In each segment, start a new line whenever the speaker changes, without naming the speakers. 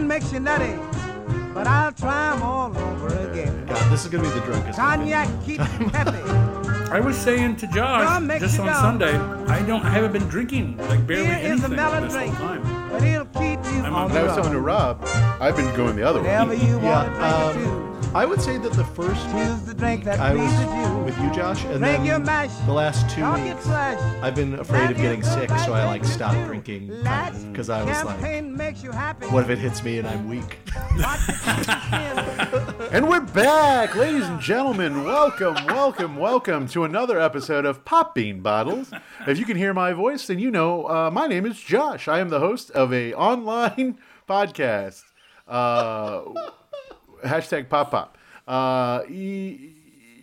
nutty, but I'll try 'em all over again.
God, this is gonna be the drunkest.
Cognac keeps me happy.
I was saying to
Drum
Josh
makes
just
you
on
dumb.
Sunday, I don't, I haven't been drinking like barely
Here is a
anything
melon
this whole
drink,
time.
but it'll keep you on
I'm on-
the
That was
road.
on to Rob. I've been going the other
Whatever
way.
you want
Yeah,
to drink
um,
it
I would say that the first
to. Choose the drink that
I
pleases
was
you.
with you, Josh, and
Drink your
then
mash.
the last two
Don't get
weeks
flushed.
I've been afraid of getting sick, so I like stopped drinking because I was like,
Champagne makes you happy.
what if it hits me and I'm weak?
Watch it keep you thin.
And we're back, ladies and gentlemen. Welcome, welcome, welcome to another episode of Pop Bean Bottles. If you can hear my voice, then you know uh, my name is Josh. I am the host of a online podcast. Uh, hashtag Pop Pop. Uh, y-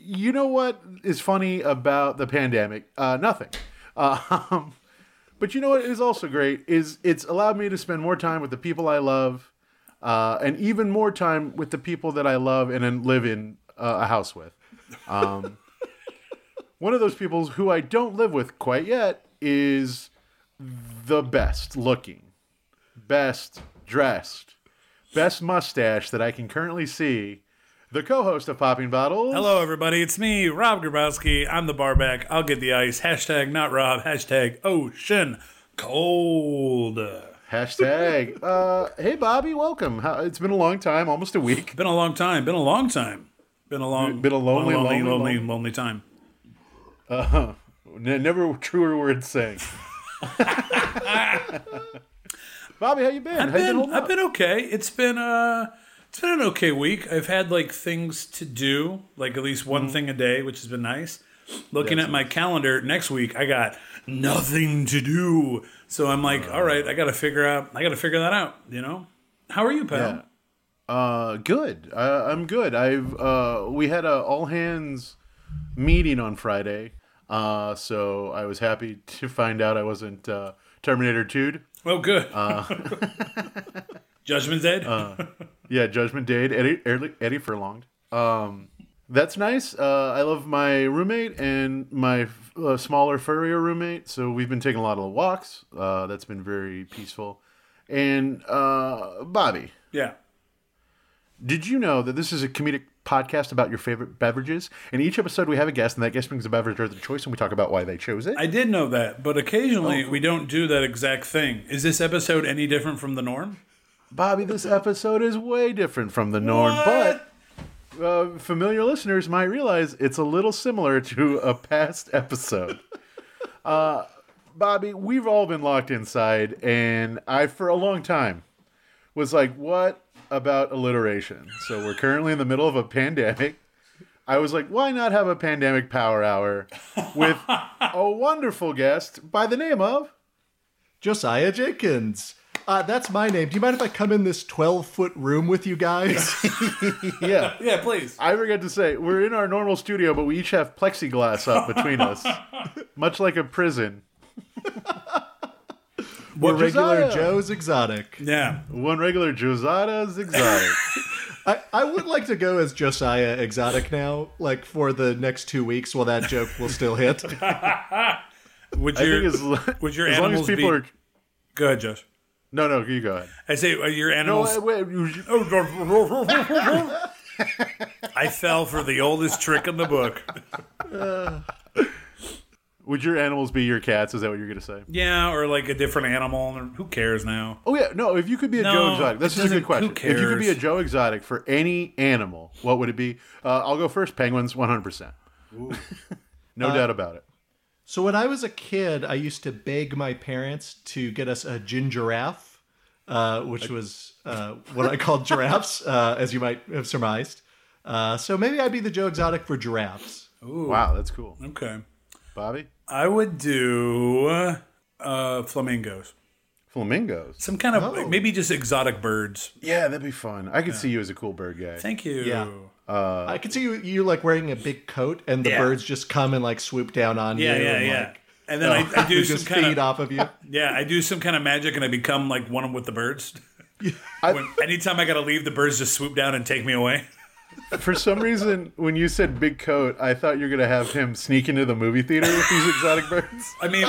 you know what is funny about the pandemic? Uh, nothing. Um, but you know what is also great is it's allowed me to spend more time with the people I love, uh, and even more time with the people that I love and then live in uh, a house with. Um, one of those people who I don't live with quite yet is the best looking, best dressed, best mustache that I can currently see. The co-host of Popping Bottles.
Hello, everybody. It's me, Rob Grabowski. I'm the barback. I'll get the ice. Hashtag not Rob. Hashtag ocean cold.
Hashtag. Uh, hey, Bobby, welcome. How, it's been a long time, almost a week.
Been a long time. Been a long time. Been a long,
Been a lonely,
lonely,
lonely,
lonely,
lonely-
lonely time.
N- never truer words saying. Bobby, how you been? I've how you
been-
holding
I've
up?
been okay. It's been uh it's been an okay week. I've had like things to do, like at least
Mm-hmm.
one thing a day, which has been nice. Looking at my calendar next week, I got nothing to do. So I'm like,
Uh.
all right, I got to figure out I got to figure that out, you know? How are you, pal?
Yeah. Uh, good. Uh, I'm good. I've uh, we had a all hands meeting on Friday, uh, so I was happy to find out I wasn't uh, Terminator 2'd.
Oh, good.
Uh.
Judgment Day.
Yeah, Judgment Day, Eddie, Eddie, Eddie Furlonged. Um, that's nice. Uh, I love my roommate and my uh, smaller, furrier roommate. So we've been taking a lot of walks. Uh, that's been very peaceful. And uh, Bobby,
yeah.
did you know that this is a comedic podcast about your favorite beverages? In each episode, we have a guest, and that guest brings a beverage of their choice, and we talk about why they chose it.
I did know that, but occasionally
Oh.
we don't do that exact thing. Is this episode any different from the norm?
Bobby, this episode is way different from the norm, but uh, familiar listeners might realize it's a little similar to a past episode. Uh, Bobby, we've all been locked inside, and I, for a long time, was like, what about alliteration? So we're currently in the middle of a pandemic. I was like, why not have a pandemic power hour with a wonderful guest by the name of
Josiah Jenkins. Uh, that's my name. Do you mind if I come in this 12 foot room with you guys?
Yeah.
Yeah, please.
I forgot to say, we're in our normal studio, but we each have plexiglass up between us, much like a prison.
We're regular
Josiah.
Joe's Exotic.
Yeah.
One regular Josada's exotic.
I, I would like to go as Josiah Exotic now, like for the next two weeks while that joke will still hit.
Would
I
your
think as, lo-
would your
as long
animals
as people
be?
are.
Go ahead, Josh.
No, no, you go ahead.
I say, are your
Oh,
animals?
wait, wait, you-
I fell for the oldest trick in the book.
would your animals be your cats? Is that what you're going to say?
Yeah, or like a different animal. Or who cares now?
Oh, yeah. No, if you could be a
No,
Joe Exotic,
it
this is a
doesn't-
good
who
question. If you could be a
cares?
Joe Exotic for any animal, what would it be? Uh, I'll go first penguins, 100%. no doubt about it.
So when I was a kid, I used to beg my parents to get us a gingiraffe, uh, which was uh, what I called giraffes, uh, as you might have surmised. Uh, so maybe I'd be the Joe Exotic for giraffes.
Wow, that's cool.
Okay,
Bobby?
I would do uh, flamingos.
Flamingos.
Some kind of
Oh.
maybe just exotic birds.
Yeah, that'd be fun. I could see you as a cool bird guy.
Thank you.
Yeah. I could see you, you like wearing a big coat, and the
Yeah.
birds just come and like swoop down on
Yeah,
you.
yeah,
and,
yeah.
Like,
And then
oh,
I, I do some
just
kind
feed
of
off of you.
yeah, I do some kind of magic, and I become like one with the birds. when, anytime I gotta leave, the birds just swoop down and take me away.
For some reason, when you said big coat, I thought you were going to have him sneak into the movie theater with these exotic birds.
I mean,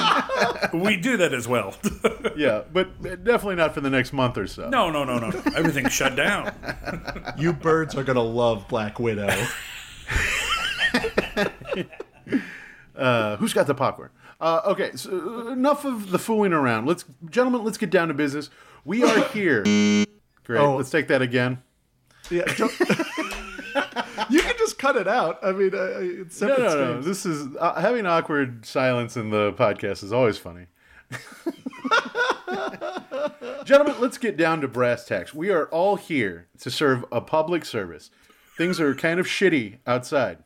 we do that as well.
yeah, but definitely not for the next month or so.
No, no, no, no. no. Everything's shut down.
You birds are gonna love Black Widow.
Uh, who's got the popcorn? Uh, okay, so uh, enough of the fooling around. Let's, gentlemen, let's get down to business. We are here. Great.
Oh.
Let's take that again.
Yeah, don't- you can just cut it out. I mean, uh, it's
No,
separate
no, no.
streams.
This is uh, having awkward silence in the podcast is always funny. Gentlemen, let's get down to brass tacks. We are all here to serve a public service. Things are kind of shitty outside,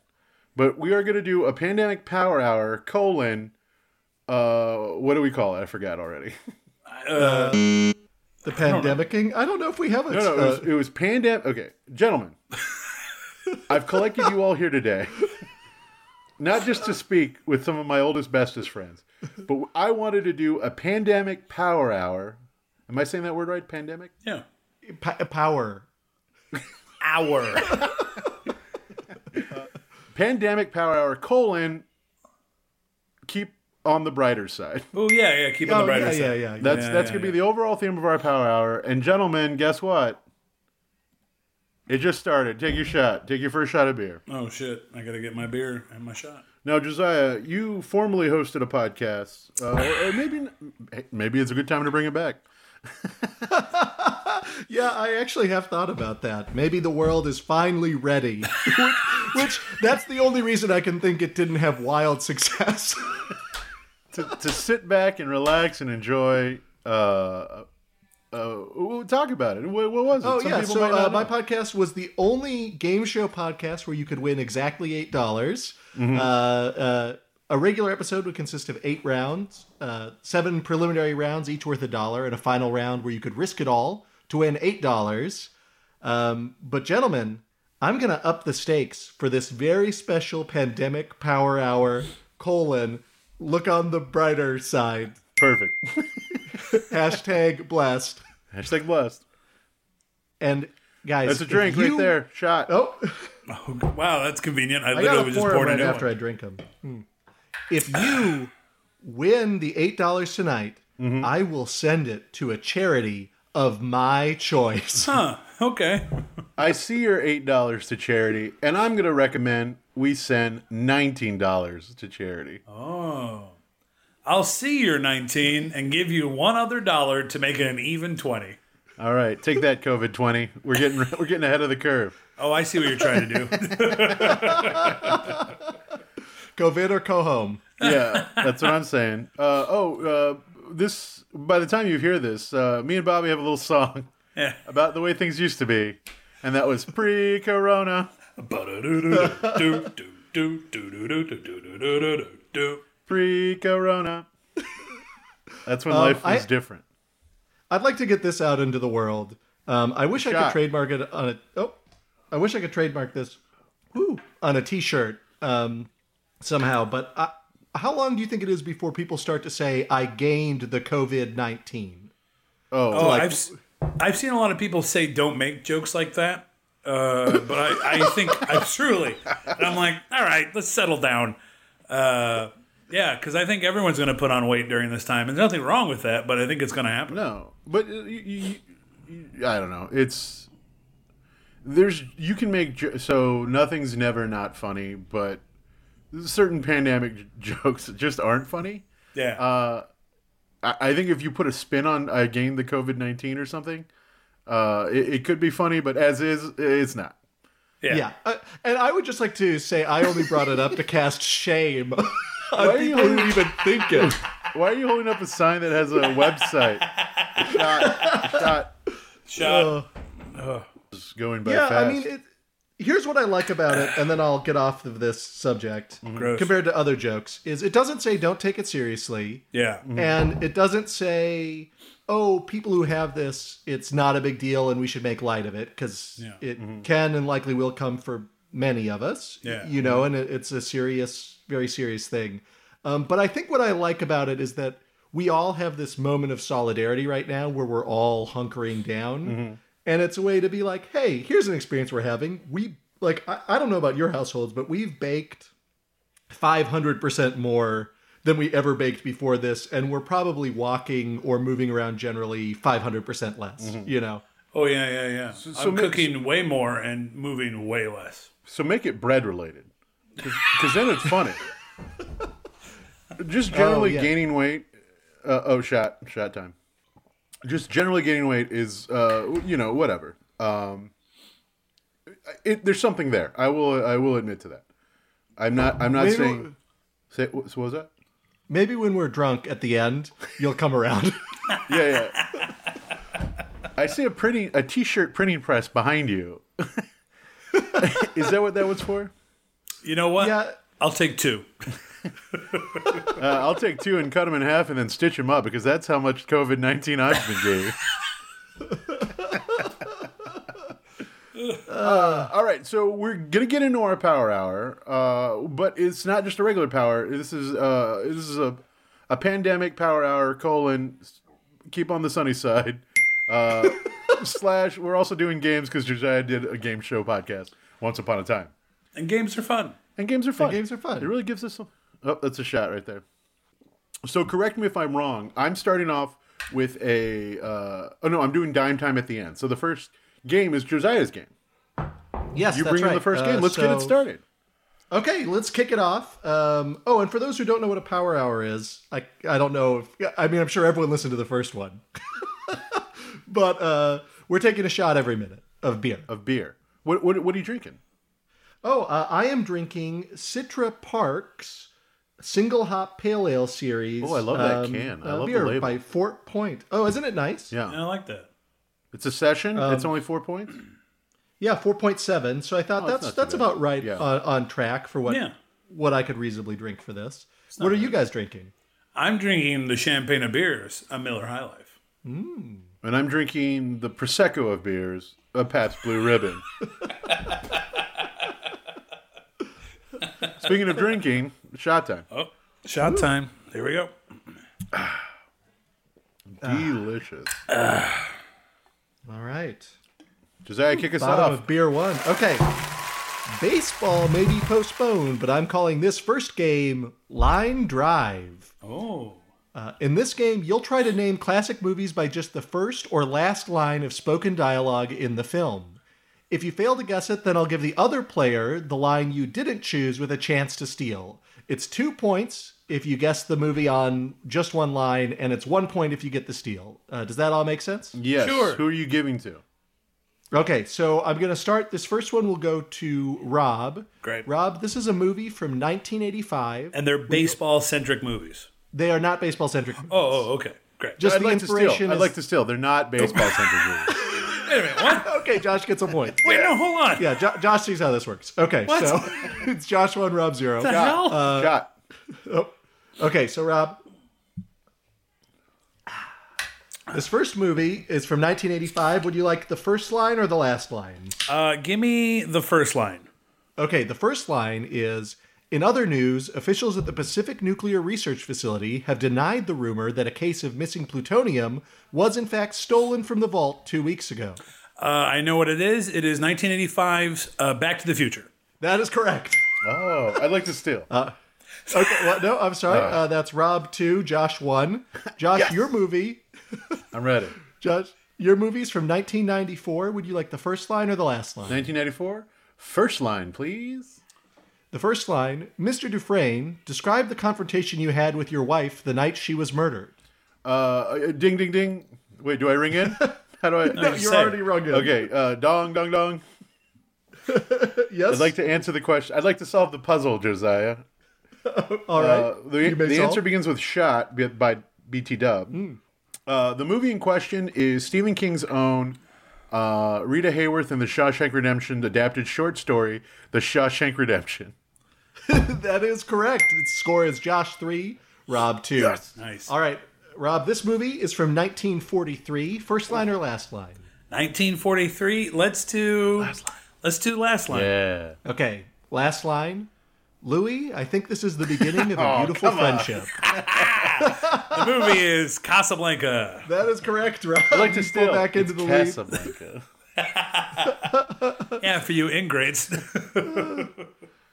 but we are going to do a pandemic power hour colon. Uh, what do we call it? I forgot already.
The pandemicking. I don't know if we have a.
No, no, it was,
uh,
it was pandemic. Okay, gentlemen, I've collected you all here today, not just to speak with some of my oldest, bestest friends, but I wanted to do a pandemic power hour. Am I saying that word right? Pandemic?
Yeah.
pa- power.
Hour.
Pandemic power hour colon. Keep on the brighter side.
Oh yeah, yeah. Keep on the
Oh,
brighter
yeah,
side.
yeah, yeah, yeah.
That's
Yeah,
that's
yeah,
gonna be the overall theme of our power hour. And gentlemen, guess what? It just started. Take your shot. Take your first shot of beer.
Oh shit! I gotta get my beer and my shot.
Now, Josiah, you formerly hosted a podcast. Uh, or- or maybe maybe it's a good time to bring it back.
Yeah, I actually have thought about that. Maybe the world is finally ready. which, which that's the only reason I can think it didn't have wild success.
To, to sit back and relax and enjoy. Uh, uh, we'll talk about it. What, what was it?
oh
Some
yeah,
people
so
might not
uh, my
know.
podcast was the only game show podcast where you could win exactly eight dollars.
Mm-hmm.
Uh, uh, a regular episode would consist of eight rounds, uh, seven preliminary rounds, each worth a dollar, and a final round where you could risk it all to win eight dollars. Um, but gentlemen, I'm gonna up the stakes for this very special pandemic power hour colon. Look on the brighter side.
perfect.
Hashtag blessed.
Hashtag blessed.
And guys,
That's a
if
drink
you-
right there. Shot.
Oh.
Oh, g- wow, that's convenient. I,
I gotta
literally just
pour 'em
poured
right
a new
after
one.
I drink them. If you win the eight dollars tonight,
Mm-hmm.
I will send it to a charity of my choice.
Huh? Okay.
I see your eight dollars to charity, and I'm gonna recommend we send nineteen dollars to charity.
Oh.
I'll see you're 19 and give you one other dollar to make it an even 20.
All right, take that COVID twenty. We're getting we're getting ahead of the curve.
Oh, I see what you're trying to do.
Go vid or go home.
yeah, that's what I'm saying. Uh, oh, uh, this by the time you hear this, uh, me and Bobby have a little song
Yeah.
about the way things used to be, and that was pre-corona, pre-corona. That's
Um,
when life was
I-
different.
I'd like to get this out into the world. Um, I wish I
Shot.
could trademark it on a. Oh, I wish I could trademark this. Woo, on a T-shirt um, somehow. But I, how long do you think it is before people start to say I gained the COVID nineteen?
Oh, I've, s- I've seen a lot of people say don't make jokes like that. Uh, but I, I think I truly, and I'm like, all right, let's settle down. Uh, yeah, because I think everyone's going to put on weight during this time, and there's nothing wrong with that. But I think it's going to happen.
No, but uh, you, you, you, I don't know. It's there's you can make jo- so nothing's never not funny, but certain pandemic j- jokes just aren't funny.
Yeah,
I, I think if you put a spin on I gained the COVID nineteen or something, uh, it, it could be funny. But as is, it's not.
yeah.
Yeah, uh, and I would just like to say I only brought it up to cast shame on
are you
people who
holding-
even think it.
Why are you holding up a sign that has a website? Shot, shot.
Shot.
Just going by
Yeah,
fast.
I mean, it, here's what I like about it, and then I'll get off of this subject.
Gross.
Compared to other jokes, is it doesn't say don't take it seriously,
yeah.
and it doesn't say oh people who have this it's not a big deal and we should make light of it because
Yeah.
it can and likely will come for many of us.
Yeah.
you know, and it, it's a serious, very serious thing. Um, but I think what I like about it is that we all have this moment of solidarity right now where we're all hunkering down. And it's a way to be like, hey, here's an experience we're having. We, like, I, I don't know about your households, but we've baked 500% more than we ever baked before this, and we're probably walking or moving around generally 500% less, you know?
Oh yeah, yeah, yeah.
so
I'm
mix-
cooking way more and moving way less.
So make it bread related, because then it's funny. Just generally
yeah.
gaining weight. Uh, oh, shot shot time. Just generally gaining weight is, uh, you know, whatever. Um, it, there's something there. I will I will admit to that. I'm not I'm not
Maybe-
saying. Say, what what was that?
Maybe when we're drunk at the end, you'll come around.
Yeah, yeah. I see a printing a t-shirt printing press behind you. is that what that was for?
You know what?
Yeah.
I'll take two.
Uh, I'll take two and cut them in half and then stitch them up because that's how much COVID 19 I've been getting. Uh, all right, so we're gonna get into our power hour, uh, but it's not just a regular power. This is uh, this is a a pandemic power hour colon s- keep on the sunny side uh, slash. We're also doing games because Josiah did a game show podcast once upon a time,
And games are fun.
and games are fun.
games are fun.
It really gives us. A, oh, that's a shot right there. So correct me if I'm wrong. I'm starting off with a. Uh, oh no, I'm doing dime time at the end. So the first game is Josiah's game.
yes,
You
that's
bring in
right.
the first
Uh,
game. Let's get
so-
it started.
Okay, let's kick it off. Um, oh, and for those who don't know what a power hour is, I I don't know. If, I mean, I'm sure everyone listened to the first one, but uh, we're taking a shot every minute of beer.
Of beer. What what what are you drinking?
Oh, uh, I am drinking Citra Parks single hop pale ale series.
Oh, I love that can. I
uh,
love the
beer
label.
by Fort Point. Oh, isn't it nice?
Yeah,
And I like that.
it's a session.
Um,
it's only four points.
Yeah, four point seven. So I thought
Oh, it's
that's
not too
that's
bad.
about right
Yeah.
on, on track for what
Yeah.
what I could reasonably drink for this. What are you guys drinking?
I'm drinking the champagne of beers, a Miller High Life.
And I'm drinking the prosecco of beers, a Pabst Blue Ribbon. Speaking of drinking, shot time.
Oh, shot time. There we go.
Delicious.
All right.
Josiah, kick us
Bottom
off.
of beer one. Okay. Baseball may be postponed, but I'm calling this first game Line Drive.
Oh,
Uh, in this game, you'll try to name classic movies by just the first or last line of spoken dialogue in the film. If you fail to guess it, then I'll give the other player the line you didn't choose with a chance to steal. It's two points if you guess the movie on just one line, and it's one point if you get the steal. Uh, does that all make sense?
Yes.
Sure.
Who are you giving to?
Okay, so I'm going to start. This first one will go to Rob.
Great.
Rob, this is a movie from 1985.
and they're baseball centric movies.
they are not baseball centric.
Oh, oh, okay, great.
just
I'd
the
like to steal.
inspiration.
I'd
is-
like to steal. They're not baseball centric movies.
Wait a minute. What?
Okay, Josh gets a point.
Wait, no, hold on.
Yeah, jo- Josh sees how this works. Okay,
What?
so it's Josh one, Rob zero.
the hell?
uh,
Shot.
Okay, so Rob, this first movie is from 1985. Would you like the first line or the last line?
Uh, give me the first line.
Okay, the first line is In other news, officials at the Pacific Nuclear Research Facility have denied the rumor that a case of missing plutonium was in fact stolen from the vault two weeks ago.
Uh, I know what it is. It is 1985's uh, Back to the Future.
That is correct.
Oh, I'd like to steal.
uh, Okay, well, no, I'm sorry. Uh, that's Rob 2, Josh 1. Josh, your movie.
I'm ready.
Josh, your movie's from 1994. Would you like the first line or the last line?
1994. First line, please.
The first line Mr. Dufresne, describe the confrontation you had with your wife the night she was murdered.
Uh, ding, ding, ding. Wait, do I ring in? How do I?
Just
You're
say it.
already wrong. Again.
Okay. Uh, dong, dong, dong.
Yes.
I'd like to answer the question. I'd like to solve the puzzle, Josiah.
All right.
Uh, the
You may
the
solve.
answer begins with "Shot" by- by BT Dub. Uh, the movie in question is Stephen King's own uh, Rita Hayworth and the Shawshank Redemption adapted short story, "The Shawshank Redemption."
That is correct. Its score is Josh 3, Rob 2.
Nice.
All right, Rob, this movie is from 1943. First line or last line?
1943. Let's do. Let's do last line.
Yeah.
Okay, last line. Louis, I think this is the beginning of
Oh,
a beautiful friendship.
The movie is Casablanca.
That is correct, Rob.
I'd like to steal
back into
It's
the lead.
Casablanca.
Yeah, for you ingrates.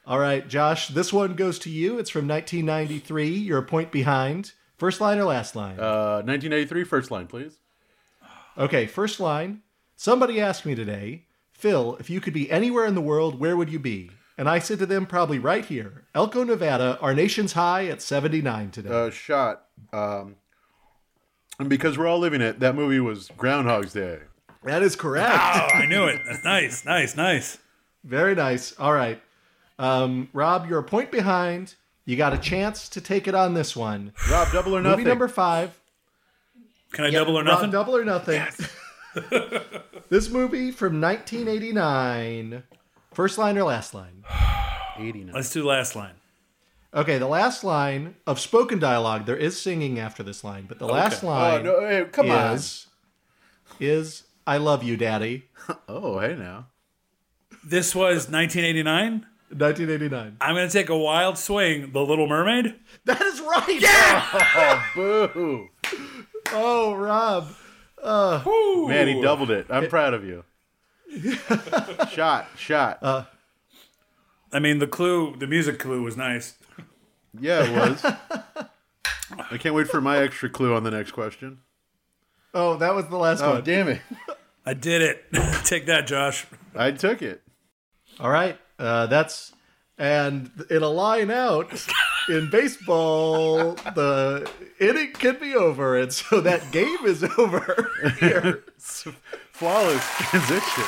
All right, Josh, this one goes to you. It's from 1993. You're a point behind. First line or last line?
Uh, 1983, first line, please.
okay, first line. Somebody asked me today, Phil, if you could be anywhere in the world, where would you be? And I said to them, probably right here, Elko, Nevada, our nation's high at 79 today.
Uh, shot. Um, and because we're all living it, that movie was Groundhog's Day.
that is correct.
Oh, I knew it. That's nice, nice, nice.
Very nice. All right. Um, Rob, you're a point behind. You got a chance to take it on this one.
Rob, double or nothing.
Movie number five.
Can I double or
Rob,
nothing?
double or nothing. this movie from 1989. First line or last line?
89.
Let's do last line.
Okay, the last line of spoken dialogue. There is singing after this line, but the last
Oh,
line
no, hey, come
is, is I love you, Daddy.
on. Oh, hey now.
This was 1989.
1989.
I'm gonna take a wild swing. The Little Mermaid.
That is right. Yeah.
Boo!
Oh, Rob.
Man, he doubled it. I'm proud of you. shot, shot.
I mean, the clue, the music clue was nice.
yeah, it was. I can't wait for my extra clue on the next question.
Oh, that was the last
Oh,
one.
damn it.
I did it. take that, Josh.
I took it.
All right. Uh, that's and in a line out in baseball, the inning can be over, and so that game is over here.
Flawless transition.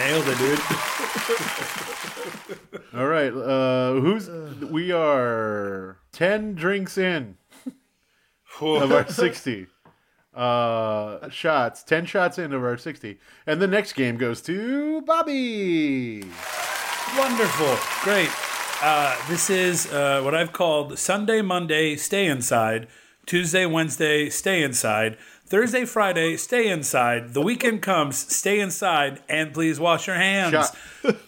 Nailed it, dude.
All right. Uh, who's we are ten drinks in of our sixty uh, shots. Ten shots in of our sixty, and the next game goes to Bobby.
Wonderful. Great. Uh, this is uh, what I've called Sunday, Monday, stay inside. Tuesday, Wednesday, stay inside. Thursday, Friday, stay inside. The weekend comes, stay inside, and please wash your hands.
Shot.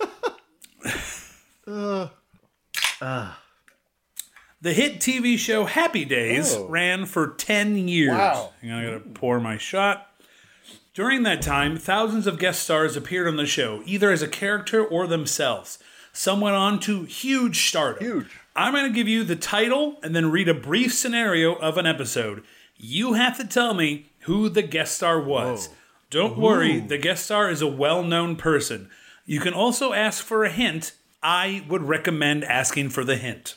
Uh.
The hit TV show Happy Days
Oh.
ran for 10 years.
Wow.
Hang on, I gotta pour my shot. During that time, thousands of guest stars appeared on the show, either as a character or themselves. Some went on to huge stardom.
Huge.
I'm gonna give you the title and then read a brief scenario of an episode. You have to tell me who the guest star was. Don't worry, the guest star is a well known person. You can also ask for a hint. I would recommend asking for the hint.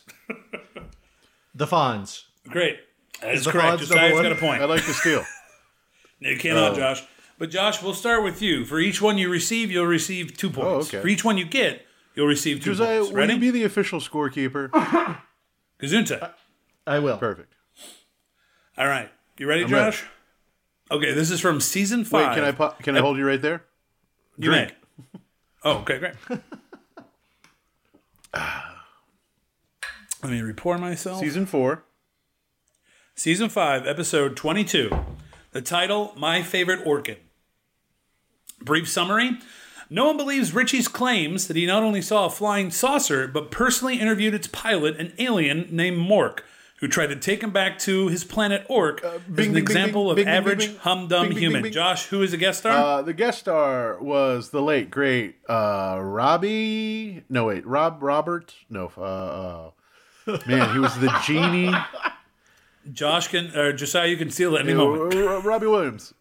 The Fonz.
Great. That's
the
correct.
odds
Josiah's
number
got a
one?
point.
I like the steal.
You
Oh.
cannot, Josh. But Josh, we'll start with you. For each one you receive, you'll receive two points.
Oh, okay.
For each one you get, you'll receive two
Josiah,
points.
will
Ready?
you be the official scorekeeper?
Gesundheit.
I will.
Perfect.
All right. You ready,
I'm ready.
Josh? Okay, this is from season
Wait,
five.
can I pa- can I hold you right there?
you may. Oh, okay, great. Let me repour myself.
Season four.
Season 5, Episode 22. The title My Favorite Orchid. Brief summary No one believes Richie's claims that he not only saw a flying saucer, but personally interviewed its pilot, an alien named Mork, who tried to take him back to his planet Ork as
Uh, bing,
an
bing,
example
bing,
of
bing, bing,
average
bing,
humdum
bing, bing,
human.
bing, bing.
Josh, who is a guest star?
Uh, the guest star was the late great uh, Robbie. No, wait, Rob Robert. No, uh, uh, man, he was the genie.
Josh can, or Josiah, you can steal it any moment.
Uh, Robbie Williams.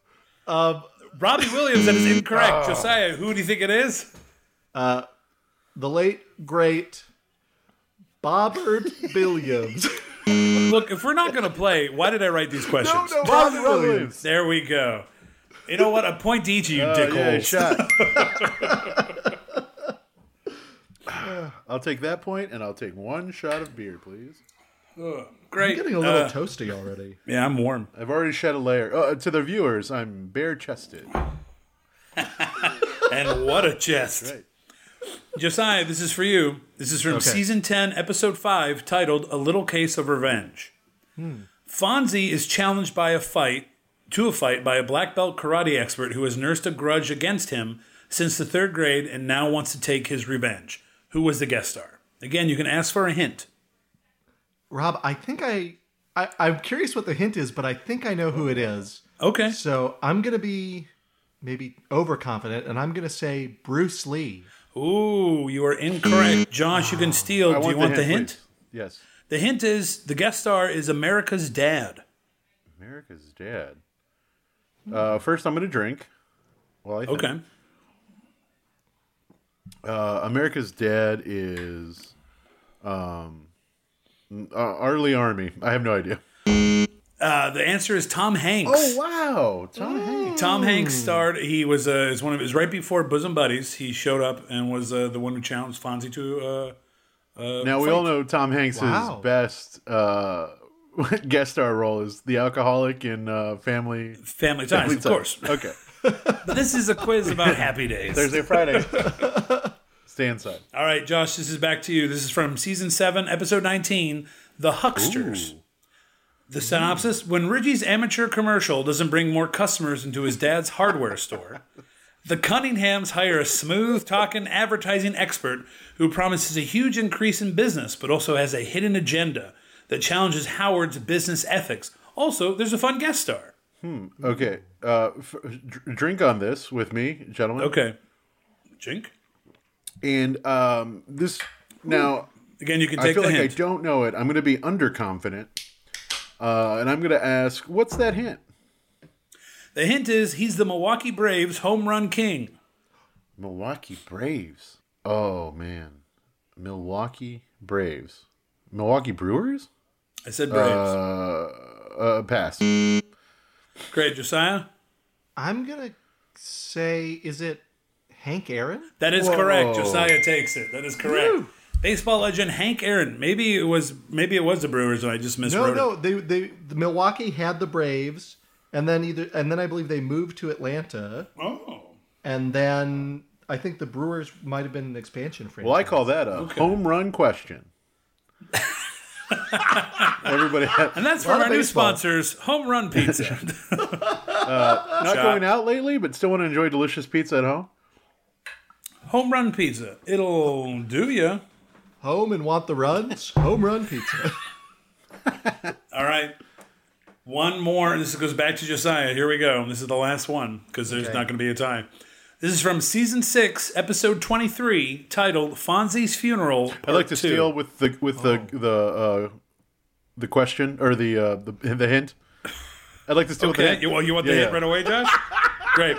Robbie Williams, that is
Ah.
incorrect. Josiah, who do you think it is?
The late great Bobbert Williams.
Look, if we're not going to play, why did I write these questions?
Bob
Bobbert
Williams.
There we go. You know what? A point to each of you,
Oh, yeah,
dickholes.
shot. I'll take that point, and I'll take one shot of beer, please.
Great.
Getting a little
Uh,
toasty already.
yeah, I'm warm.
I've already shed a layer. Uh, to the viewers, I'm bare chested.
And what a chest.
Right.
Josiah, this is for you. This is from season 10, episode 5, titled A Little Case of Revenge. Fonzie is challenged by a fight, to a fight by a black belt karate expert who has nursed a grudge against him since the third grade and now wants to take his revenge. Who was the guest star? Again, you can ask for a hint.
Rob, I think I, I I'm curious what the hint is, but I think I know who it is.
Okay.
So I'm gonna be maybe overconfident, and I'm gonna say Bruce Lee.
Ooh, you are incorrect. Josh, you can steal.
I
Do you want the hint?
please. Yes.
The hint is the guest star is America's dad.
America's dad. Uh, first, I'm going to drink. Well, I think.
Okay.
Uh, America's dad is um, uh, Arlie Army. I have no idea.
Uh, the answer is Tom Hanks.
Oh wow, Tom Hanks.
Tom Hanks starred. He was uh, is one of his right before Bosom Buddies. He showed up and was uh, the one who challenged Fonzie to. Uh,
Now we all know Tom Hanks'
Wow.
best uh, guest star role is the alcoholic in uh, Family.
Family ties,
Family
of
Ties.
course.
Okay,
this is a quiz about happy days.
Thursday, Friday. Stay inside.
All right, Josh, this is back to you. This is from season seven, episode 19 The Hucksters. The synopsis When Reggie's amateur commercial doesn't bring more customers into his dad's hardware store, the Cunninghams hire a smooth talking advertising expert who promises a huge increase in business, but also has a hidden agenda that challenges Howard's business ethics. Also, there's a fun guest star.
Okay, uh, f- dr- drink on this with me, gentlemen.
Okay. Jink?
and um, this now.
Again, you can
I
take
feel
the
like
hint.
I don't know it. I'm going to be underconfident, uh, and I'm going to ask, "What's that hint?"
the hint is he's the Milwaukee Braves home run king.
Milwaukee Braves. Oh man, Milwaukee Braves. Milwaukee Brewers.
I said Braves.
Uh, pass.
Great, Josiah.
I'm gonna say, is it Hank Aaron?
That is
Whoa.
correct. Josiah takes it. That is correct. Baseball legend Hank Aaron. Maybe it was maybe it was the Brewers and I just
No,
miswrote
no.
it.
They, they, the Milwaukee had the Braves, and then either, and then I believe they moved to Atlanta,
Oh.
and then I think the Brewers might have been an expansion franchise.
Well, I call that a home run question. Everybody,
And that's from
of
our new
baseball.
sponsors, Home Run Pizza.
not going out lately, but still want to enjoy delicious pizza at home.
home Run Pizza. It'll do ya.
home and want the runs. Home run pizza.
All right. One more, and this goes back to Josiah. Here we go. This is the last one because there's not going to be a tie. This is from season six, episode 23, titled Fonzie's Funeral.
I'd like to steal with the with the
Oh.
the uh, the question or the uh, the, the hint. I'd like to steal with the
Okay.
hint.
You, well, you want
Yeah,
the hint
yeah.
right away, Josh? Great.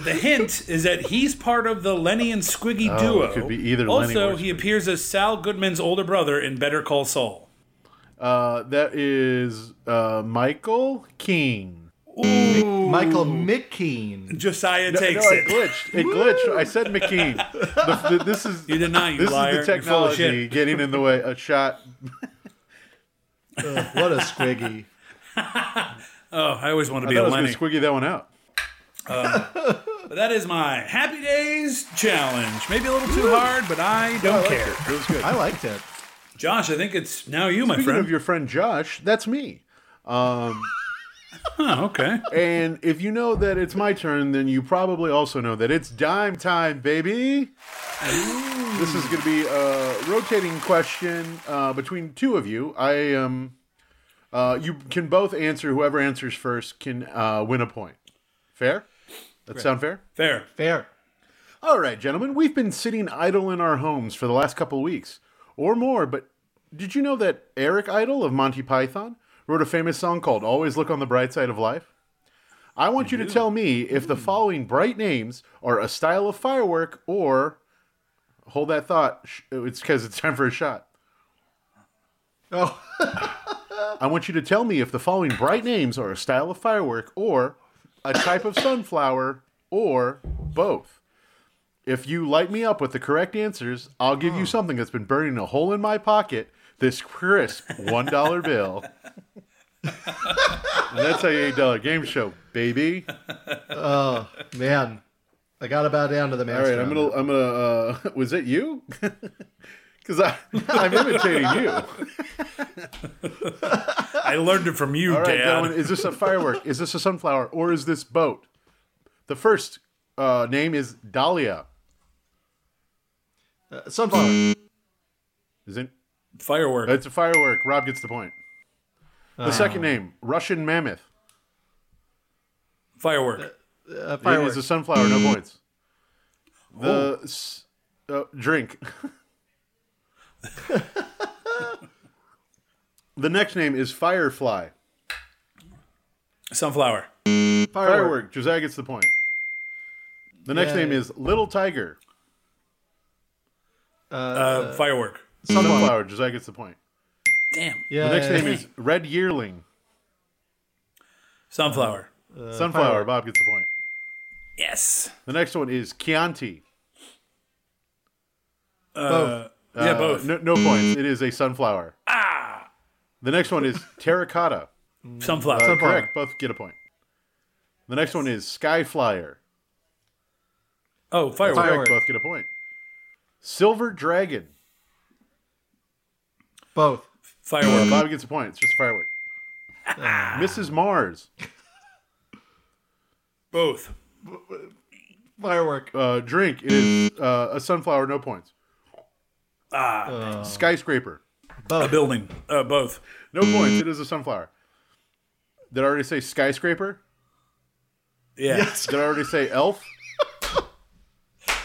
The hint is that he's part of the Lenny and Squiggy duo.
Oh, it could be either
Also,
Lenny or
he
Squiggy.
appears as Sal Goodman's older brother in Better Call Saul.
Uh, that is uh, Michael King.
Michael McKean.
Josiah
No,
takes
no,
it.
glitched. It glitched. I said McKean. The- the- this is
You did not, you
this
liar.
is the
You're full of
technology
shit.
getting in the way. A shot.
Ugh, what a squiggy.
Oh, I always want to
I
be a
thought I was going
Lenny.
to squiggy that one out.
but that is my Happy Days challenge. Maybe a little too hard, but I don't care.
It was good.
I liked it.
Josh, I think it's now you, my
Speaking
friend.
of your friend Josh, that's me.
oh, okay.
And if you know that it's my turn, then you probably also know that it's dime time, baby. This is going to be a rotating question uh, between two of you. I am. uh, you can both answer. Whoever answers first can uh, win a point. Fair? That sound fair?
Fair.
Fair.
All right, gentlemen, we've been sitting idle in our homes for the last couple of weeks or more, but did you know that Eric Idle of Monty Python wrote a famous song called Always Look on the Bright Side of Life? I want you to tell me if the following bright names are a style of firework or hold that thought, sh- it's because it's time for a shot.
Oh,
I want you to tell me if the following bright names are a style of firework or a type of sunflower or both. If you light me up with the correct answers, I'll give you something that's been burning a hole in my pocket this crisp $1 bill. and that's how you eat dollar game show, baby.
man. I got about down to the
All
master.
right, I'm
on
gonna,
that.
I'm gonna. Uh, was it you? Because I'm imitating you.
I learned it from you,
All right,
Dad.
gentlemen, is this a firework? is this a sunflower? Or is this boat? The first uh, name is Dahlia.
Uh, sunflower.
Is it?
Firework.
It's a firework. Rob gets the point. The second name, Russian Mammoth.
Firework.
Uh,
It is
fireworks.
a sunflower. No points. The s- Oh, drink. the next name is Firefly.
Sunflower.
Firework. Josiah gets the point. The next
Yay.
name is Little Tiger.
Uh, firework.
Sunflower. Josiah gets the point.
Damn.
Yeah.
The next name is Red Yearling.
Sunflower.
Sunflower. Bob gets the point.
Yes.
The next one is Chianti.
Uh, yeah,
Uh,
both.
No, no points. It is a sunflower. Ah. The next one is terracotta.
Sunflower.
Sunflower.
Correct. Both get a point. The next one is skyflyer.
Oh, firework.
Correct.
Firework.
Both get a point. Silver dragon.
both.
Firework.
Bob gets a point. It's just a firework. Mrs. Mars.
Both.
Firework.
Uh, drink is uh, a sunflower. No points. Ah. Skyscraper.
A building. Uh, both.
No
Mm.
points. It is a sunflower. Did I already say skyscraper?
Yeah.
Yes.
Did I already say elf?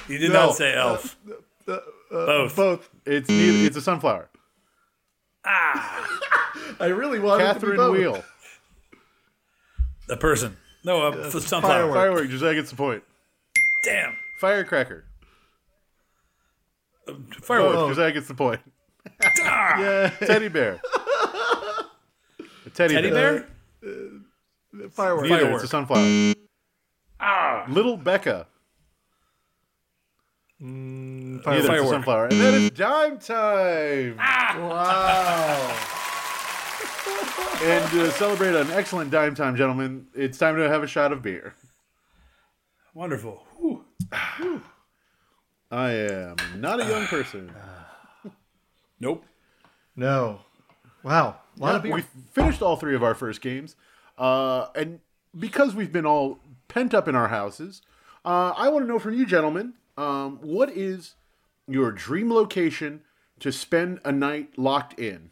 You did
No.
not say elf. both.
Both.
It's neither, it's a sunflower.
I really wanted
Catherine
to be both.
Wheel.
A person. No, a f- sunflower.
firework.
Firework. Josiah gets the point.
Damn.
Firecracker.
Firework.
Oh.
Because that gets the point.
Ah!
Teddy bear. A teddy,
Teddy bear?
Firework.
Neither.
Firework. Ah.
It's a sunflower. Little Becca.
Mm,
Neither. It's a
Firework.
sunflower. And then it's dime time.
Ah.
Wow.
And to celebrate an excellent dime time, gentlemen, it's time to have a shot of beer.
Wonderful. Whew.
I am not a young person.
Nope.
No. Wow. A lot of beer.
we finished all three of our first games, uh, and because we've been all pent up in our houses, uh, I want to know from you, gentlemen, um, what is your dream location to spend a night locked in?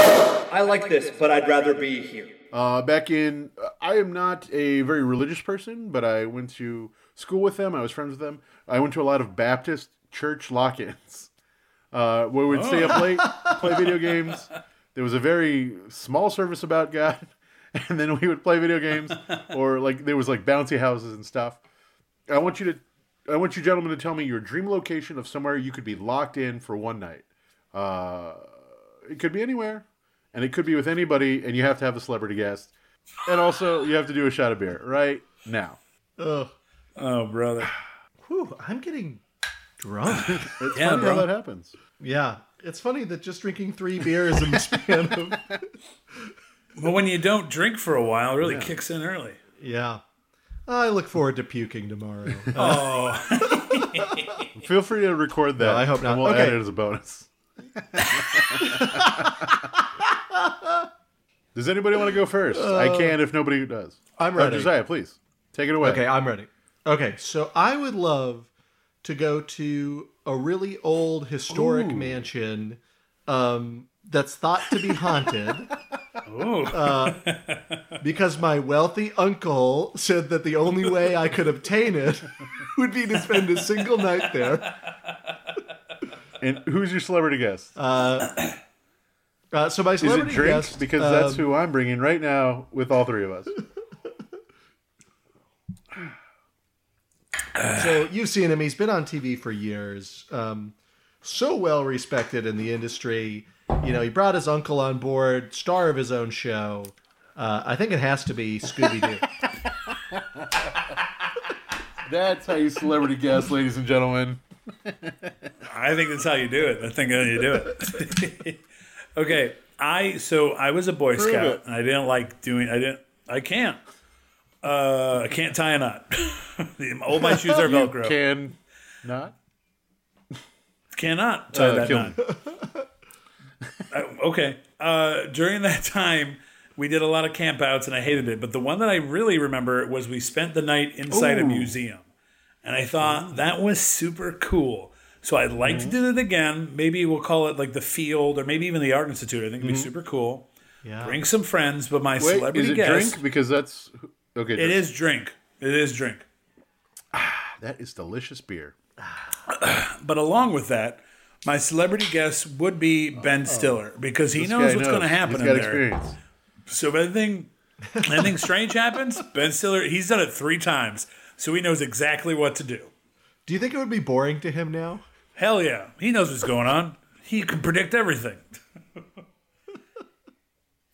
I like this, but I'd rather be here.
Uh, back in, I am not a very religious person, but I went to school with them. I was friends with them. I went to a lot of Baptist church lock-ins, uh, where we'd stay up late, play video games. There was a very small service about God, and then we would play video games, or like there was like bouncy houses and stuff. I want you to, I want you gentlemen to tell me your dream location of somewhere you could be locked in for one night. Uh, it could be anywhere, and it could be with anybody, and you have to have a celebrity guest, and also you have to do a shot of beer right now.
Ugh.
Oh, brother.
Whew, I'm getting drunk.
It's
Yeah,
funny how
bro.
that happens.
yeah. It's funny that just drinking three beers in the span of.
But when you don't drink for a while, it really kicks in early.
Yeah. I look forward to puking tomorrow. Uh,
Oh,
Feel free to record that.
I hope not.
And we'll
Okay.
add it as a bonus. does anybody want to go first? I can if nobody does.
Uh, I'm
Uh,
ready.
Josiah, please take it away.
okay, I'm ready. Okay, so I would love to go to a really old historic mansion um, that's thought to be haunted. Uh, because my wealthy uncle said that the only way I could obtain it would be to spend a single night there.
And who's your celebrity guest?
Uh, so my
Is it
celebrity
Drink?
guest,
because
um,
that's who I'm bringing right now with all three of us.
So you've seen him; he's been on TV for years. Um, so well respected in the industry. You know, he brought his uncle on board, star of his own show. Uh, I think it has to be Scooby Doo.
That's how you celebrity guest, ladies and gentlemen.
I think that's how you do it. I think that's how you do it. okay, I so I was a Boy Scout
it.
and I didn't like doing. I didn't. I can't. Uh, I can't tie a knot. All my shoes are Velcro.
Can not.
Cannot tie
Uh,
that
kill
knot. Uh, okay. Uh, during that time, we did a lot of campouts, and I hated it. But the one that I really remember was we spent the night inside a museum, and I thought that was super cool. So I'd like to
Mm-hmm.
do that again. Maybe we'll call it like the field, or maybe even the art institute. I think it'd be super cool.
Yeah.
Bring some friends, but my
Mm-hmm. Wait,
celebrity
is it
guest.
drink? Because that's okay.
It
drink.
is drink. It is drink.
That is delicious beer.
But along with that, my celebrity guest would be Ben Stiller because he knows what's going to happen
He's
in
got
there.
experience.
So if anything, anything strange happens, Ben Stiller he's done it three times, so he knows exactly what to do.
Do you think it would be boring to him now?
Hell yeah, he knows what's going on. He can predict everything.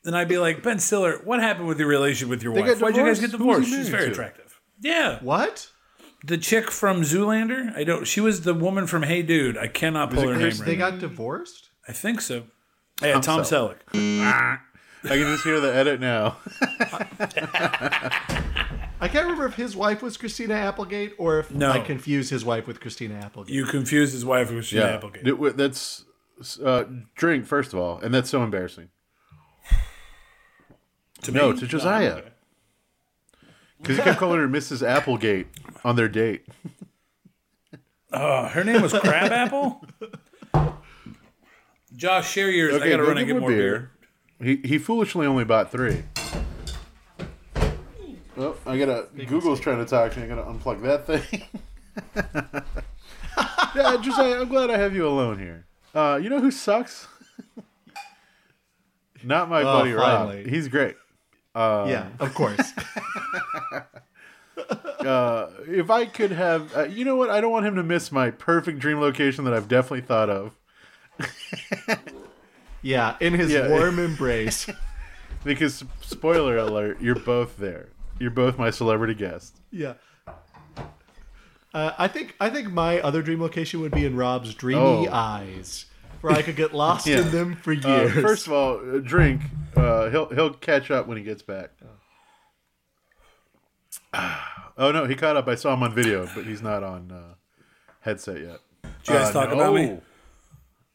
Then I'd be like, Ben Stiller, what happened with your relationship with your wife?
got
Why'd you guys
divorced?
get
Who's he
divorced? She's
married
very
to?
attractive. Yeah,
What?
the chick from Zoolander. I don't. She was the woman from Hey Dude. I cannot pull her name
Chris-
right.
They got divorced?
I think so. Yeah, Tom Selleck.
I can just hear the edit now.
I can't remember if his wife was Christina Applegate or if
No.
I confuse his wife with Christina Applegate.
You confused his wife with Christina Applegate.
It wa- that's uh, drink first of all, and that's so embarrassing.
To me,
No,
Oh,
to Josiah. Because he kept calling her Mrs. Applegate on their date.
Uh, her name was Crabapple. Josh, share yours. I gotta
go
run and get
him a
more beer.
He he foolishly only bought three. Oh, I gotta. Google's trying to talk to me. I gotta unplug that thing. yeah, Josiah, I'm glad I have you alone here. Uh, you know who sucks? Not my buddy Rob.
finally.
He's great.
yeah, of course.
If I could have, uh, you know what? I don't want him to miss my perfect dream location that I've definitely thought of
yeah, in his
Yeah.
warm embrace.
because spoiler alert, you're both there. You're both my celebrity guests.
Yeah. Uh, I think I think my other dream location would be in Rob's dreamy
Oh.
eyes, where I could get lost
Yeah.
in them for
Uh,
years.
first of all, uh, drink. Uh, he'll he'll catch up when he gets back. Oh no, he caught up. I saw him on video, but he's not on uh, headset yet.
Did you guys
Uh,
talk about me?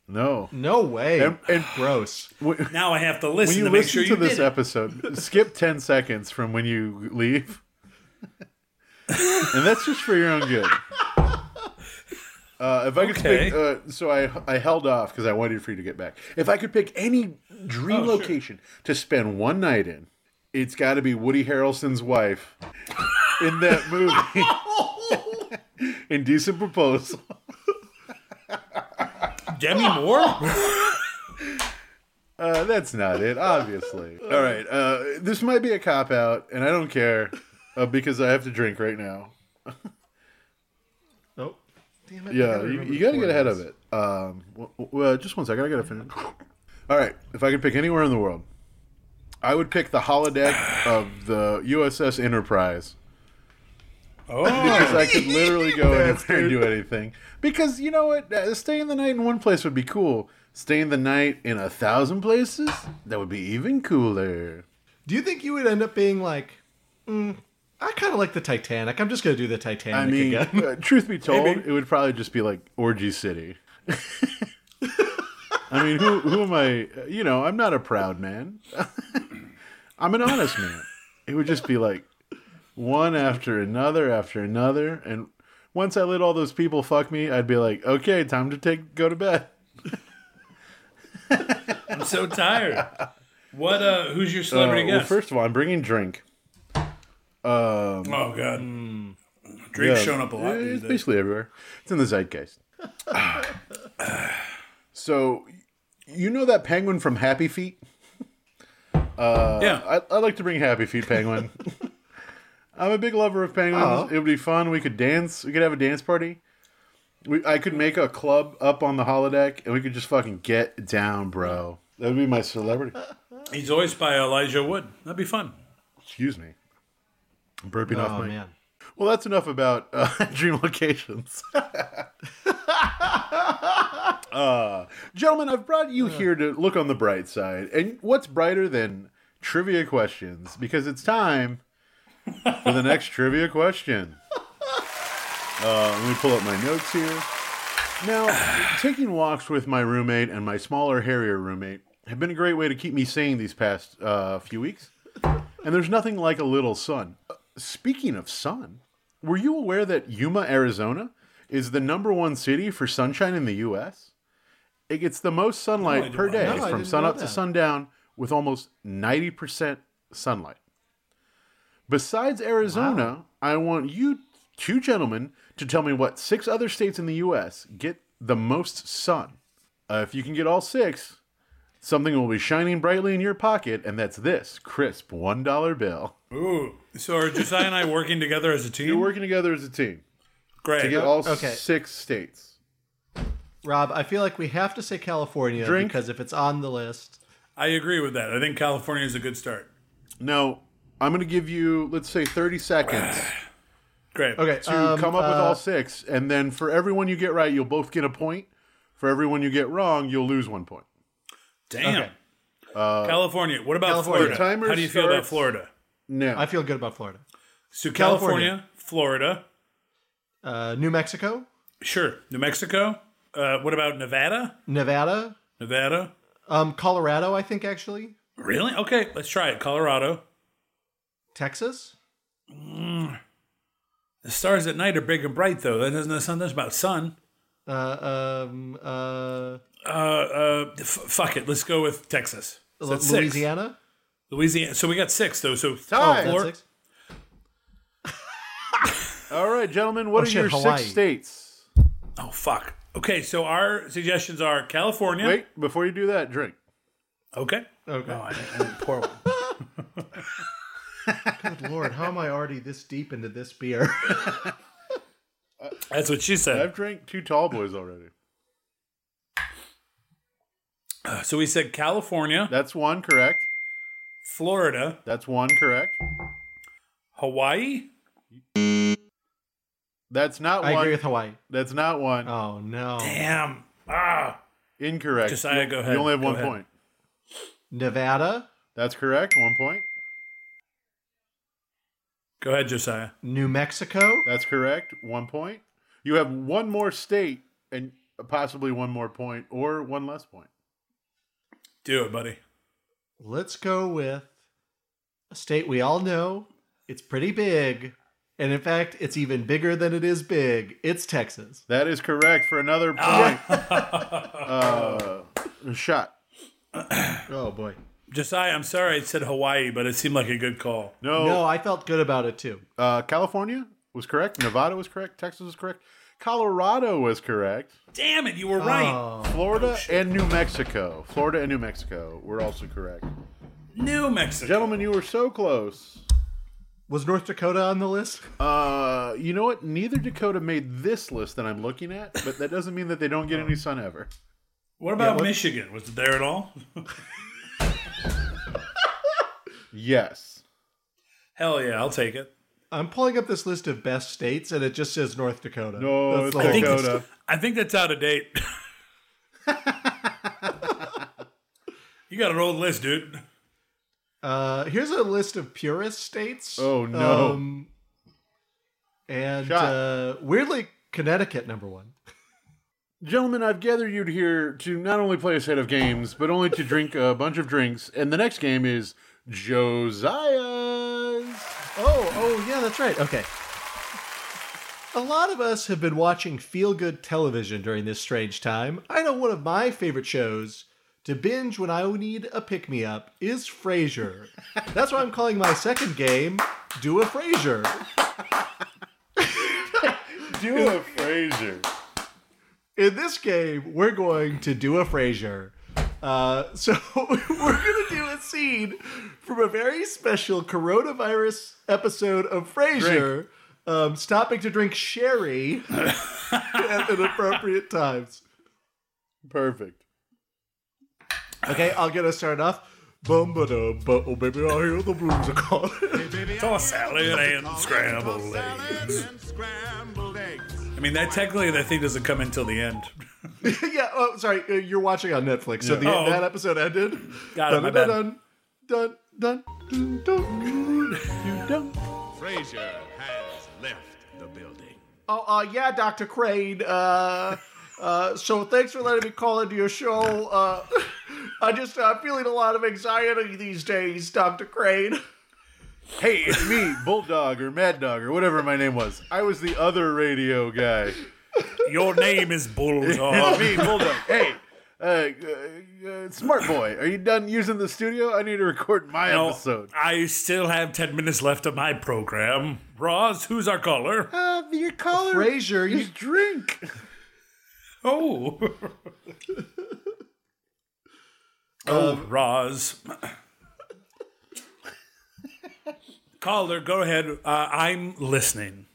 No.
no way.
And- and-
Gross.
Now I have to
When
listen
you
to make
listen
sure
to
you
this
did it.
episode, skip ten seconds from when you leave, and that's just for your own good. Uh, if I could
Okay.
pick, uh, so I I held off because I wanted for you to get back. If I could pick any
Oh,
dream location to spend one night in, it's got to be Woody Harrelson's wife in that movie, Indecent Proposal.
Demi Moore.
Uh, that's not it, obviously. All right, uh, this might be a cop out, and I don't care uh, because I have to drink right now.
Oh, damn it! I
Yeah,
gotta
you,
remember
you got to
before
get ahead
this.
of it. Um, w- w- uh, just one second, I gotta finish. All right, if I could pick anywhere in the world, I would pick the holodeck of the USS Enterprise.
Oh,
because I could literally go anywhere and do anything. Because you know what, Uh, staying the night in one place would be cool. Staying the night in a thousand places that would be even cooler.
Do you think you would end up being like, mm, I kind of like the Titanic. I'm just gonna do the Titanic
I mean,
again.
uh, truth be told,
Maybe.
it would probably just be like Orgy City. I mean, who who am I? You know, I'm not a proud man. I'm an honest man. It would just be like one after another after another, and once I let all those people fuck me, I'd be like, okay, time to take go to bed.
I'm so tired. What? Uh, who's your
Uh,
celebrity
well,
guest?
first of all, I'm bringing drink.
oh god, Drake's
Yeah,
shown up a lot.
It's
these days.
basically everywhere. It's in the zeitgeist. so, you know that penguin from Happy Feet?
yeah,
I, I like to bring Happy Feet Penguin. I'm a big lover of penguins. It would be fun. We could dance. We could have a dance party. We, I could make a club up on the holodeck, and we could just fucking get down, bro. That would be my celebrity.
he's voiced by Elijah Wood. That'd be fun.
Excuse me. I'm burping off
oh
my.
man.
Well, that's enough about uh, dream locations. uh, Uh, gentlemen, I've brought you here to look on the bright side. And what's brighter than trivia questions? Because it's time for the next trivia question. Uh, let me pull up my notes here. Now, taking walks with my roommate and my smaller, hairier roommate have been a great way to keep me sane these past uh, few weeks. And there's nothing like a little sun. Uh, Speaking of sun, were you aware that Yuma, Arizona is the number one city for sunshine in the U.S.? It gets the most sunlight
didn't
per
know
day
that. No, I didn't
from
know
sunup to
that.
sundown with almost 90% sunlight. Besides Arizona, I want you two gentlemen to tell me what six other states in the U.S. get the most sun. Uh, if you can get all six, something will be shining brightly in your pocket, and that's this crisp $1 bill.
Ooh. So are Josiah and I working together as a
We're
team?
working together as a team
Great.
to get all
Okay.
six states.
Rob, I feel like we have to say California
Drink.
because if it's on the list,
I agree with that. I think California is a good start.
No, I'm going to give you, let's say, 30 seconds
Great.
okay,
to
um,
come up with
uh,
all six, and then for everyone you get right, you'll both get a point. For everyone you get wrong, you'll lose one point.
Damn.
Okay.
California. What about
Uh, California.
Florida?
Timer
How do you feel about
starts-
Florida?
No.
I feel good about Florida.
So California,
California.
Florida,
Uh, New Mexico,
sure. New Mexico. Uh, what about Nevada?
Nevada,
Nevada.
um, Colorado. I think actually
Really? Okay, let's try it. Colorado.
Texas.
The stars at night are big and bright, though. That doesn't sound that's about sun.
Uh, um, uh,
Uh, uh, f- fuck it. Let's go with Texas. So
Lu-
that's six.
Louisiana.
Louisiana. So we got six, though. So
Tie.
That's
Flor-
six.
All right, gentlemen, what
Oh,
are
shit,
your
Hawaii.
six states?
Oh, fuck. Okay, so our suggestions are California.
Wait, before you do that, drink.
Okay.
Okay.
Oh, I, I didn't pour one.
Good Lord, how am I already this deep into this beer?
That's what she said.
I've drank two tall boys already.
Uh, So we said California,
That's one correct.
Florida,
That's one correct.
Hawaii.
That's not
I
one.
agree with Hawaii.
That's not one.
Oh no,
Damn. Ah.
Incorrect.
Josiah, go ahead.
You only have
Go
one
ahead.
point.
Nevada,
That's correct. One point.
Go ahead, Josiah.
New Mexico.
That's correct. One point. You have one more state and possibly one more point or one less point.
Do it, buddy.
Let's go with a state we all know. It's pretty big, and in fact, it's even bigger than it is big. It's Texas.
That is correct for another point.
Ah.
uh, shot.
Oh boy.
Josiah, I'm sorry I said Hawaii, but it seemed like a good call.
No.
No, I felt good about it too.
Uh, California was correct. Nevada was correct. Texas was correct. Colorado was correct.
Damn it, you were right.
Oh,
Florida and New Mexico. Florida and New Mexico were also correct.
New Mexico.
Gentlemen, you were so close.
was North Dakota on the list?
Uh, you know what? Neither Dakota made this list that I'm looking at, but that doesn't mean that they don't get any sun ever.
What about
what-
Michigan? Was it there at all?
Yes.
Hell yeah, I'll take it.
I'm pulling up this list of best states, and it just says North Dakota.
North
the whole
think
list.
it's-
Dakota.
I think that's out of date. you got an old list, dude.
Uh, here's a list of purist states.
Oh, no.
Um, and
Shot.
uh, weirdly, Connecticut number one.
Gentlemen, I've gathered you here to not only play a set of games, but only to drink a bunch of drinks. And the next game is Josiah's.
Oh, oh yeah, that's right. Okay. A lot of us have been watching feel good television during this strange time. I know one of my favorite shows to binge when I need a pick me up is Frasier. That's why I'm calling my second game Do a Frasier.
Do a Fraser.
In this game, we're going to do a Frasier. Uh, so we're going to do a scene from a very special coronavirus episode of Frasier, um, stopping to drink sherry at inappropriate times.
Perfect.
Okay, I'm going to start off. Bum ba da ba oh baby, I hear the blues are calling.
Toss salad and scrambled eggs. I mean, that technically that thing doesn't come until the end.
yeah, oh sorry, uh, you're watching on Netflix, so the,
Oh.
that episode ended.
Got it, my bad.
Dun dun dun dun dun dun dun.
Frazier has left the building.
Oh, uh, yeah, Dr. Crane. Uh, uh, so thanks for letting me call into your show. Uh, I just, I'm feeling a lot of anxiety these days, Dr. Crane.
Hey, it's me, Bulldog or Mad Dog or whatever my name was. I was the other radio guy.
Your name is Bulldog.
me, Bulldog. Hey, uh, uh, uh, Smart boy, are you done using the studio? I need to record my
No,
episode.
I still have 10 minutes left of my program. Roz, who's our caller?
Uh, your collar.
Frazier, you
Just drink.
Oh. oh, Roz. caller, go ahead. Uh, I'm listening.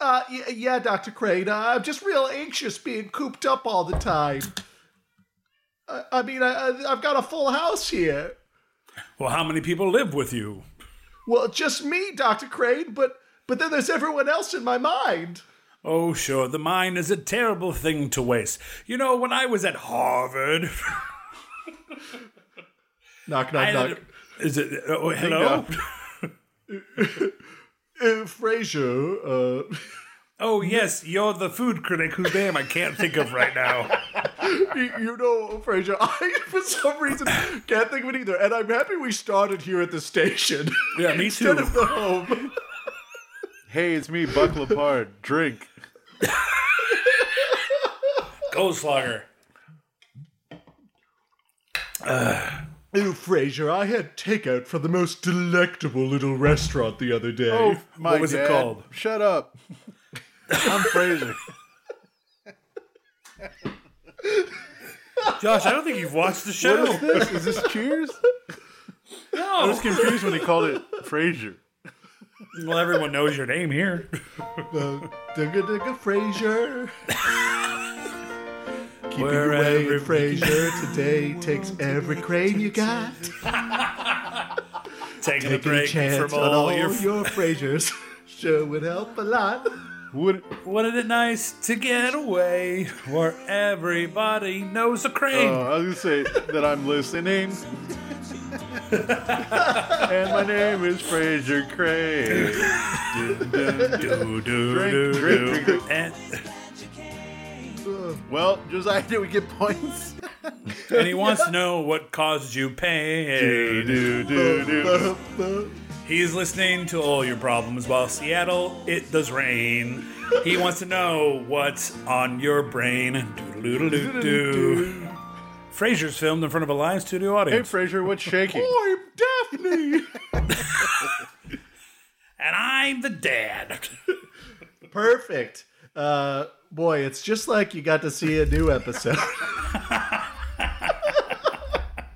Uh, y- yeah, Dr. Crane, uh, I'm just real anxious being cooped up all the time. I, I mean, I, I- I've got a full house here.
Well, how many people live with you?
Well, just me, Dr. Crane, but but then there's everyone else in my mind.
Oh, sure, the mine is a terrible thing to waste. You know, when I was at Harvard.
Knock,
I
knock,
had
knock.
a- is it. Oh, hello?
Uh, Frasier, uh,
Oh, yes, you're the food critic whose name I can't think of right now.
you you know, Frasier, I, for some reason, can't think of it either. And I'm happy we started here at the station
Yeah, me too.
instead of the home.
Hey, it's me, Buck Lepard. Drink.
Goldschlager.
Oh, Frasier, I had takeout from the most delectable little restaurant the other day.
Oh, my
What was it
dad.
called?
Shut up. I'm Fraser.
Josh, I don't think you've watched the
What is
show.
this? Is this Cheers? I was confused when he called it Frasier.
Well, everyone knows your name here.
Digga digga Frasier. Keeping
Where
away
every-
at Frasier today takes every crane you got. Taking
Taking a
a
break
chance
from
on
all
all
your.
your Frasiers sure would help a lot.
Would
Wouldn't it nice to get away where everybody knows a crane?
uh, I was gonna say that I'm listening. and my name is Fraser Craig.
do, do, do,
Drink,
do.
drink, drink, drink.
And
Well, Josiah, did we get points?
and he wants to know what caused you pain.
do, do, do.
He's listening to all your problems while Seattle it does rain. He wants to know what's on your brain. Doodle-doodle-doo-doo. Frasier's filmed in front of a live studio
Hey,
audience.
Fraser, what's shaking?
I'm Daphne.
and I'm the dad.
Perfect. Uh, boy, it's just like you got to see a new episode.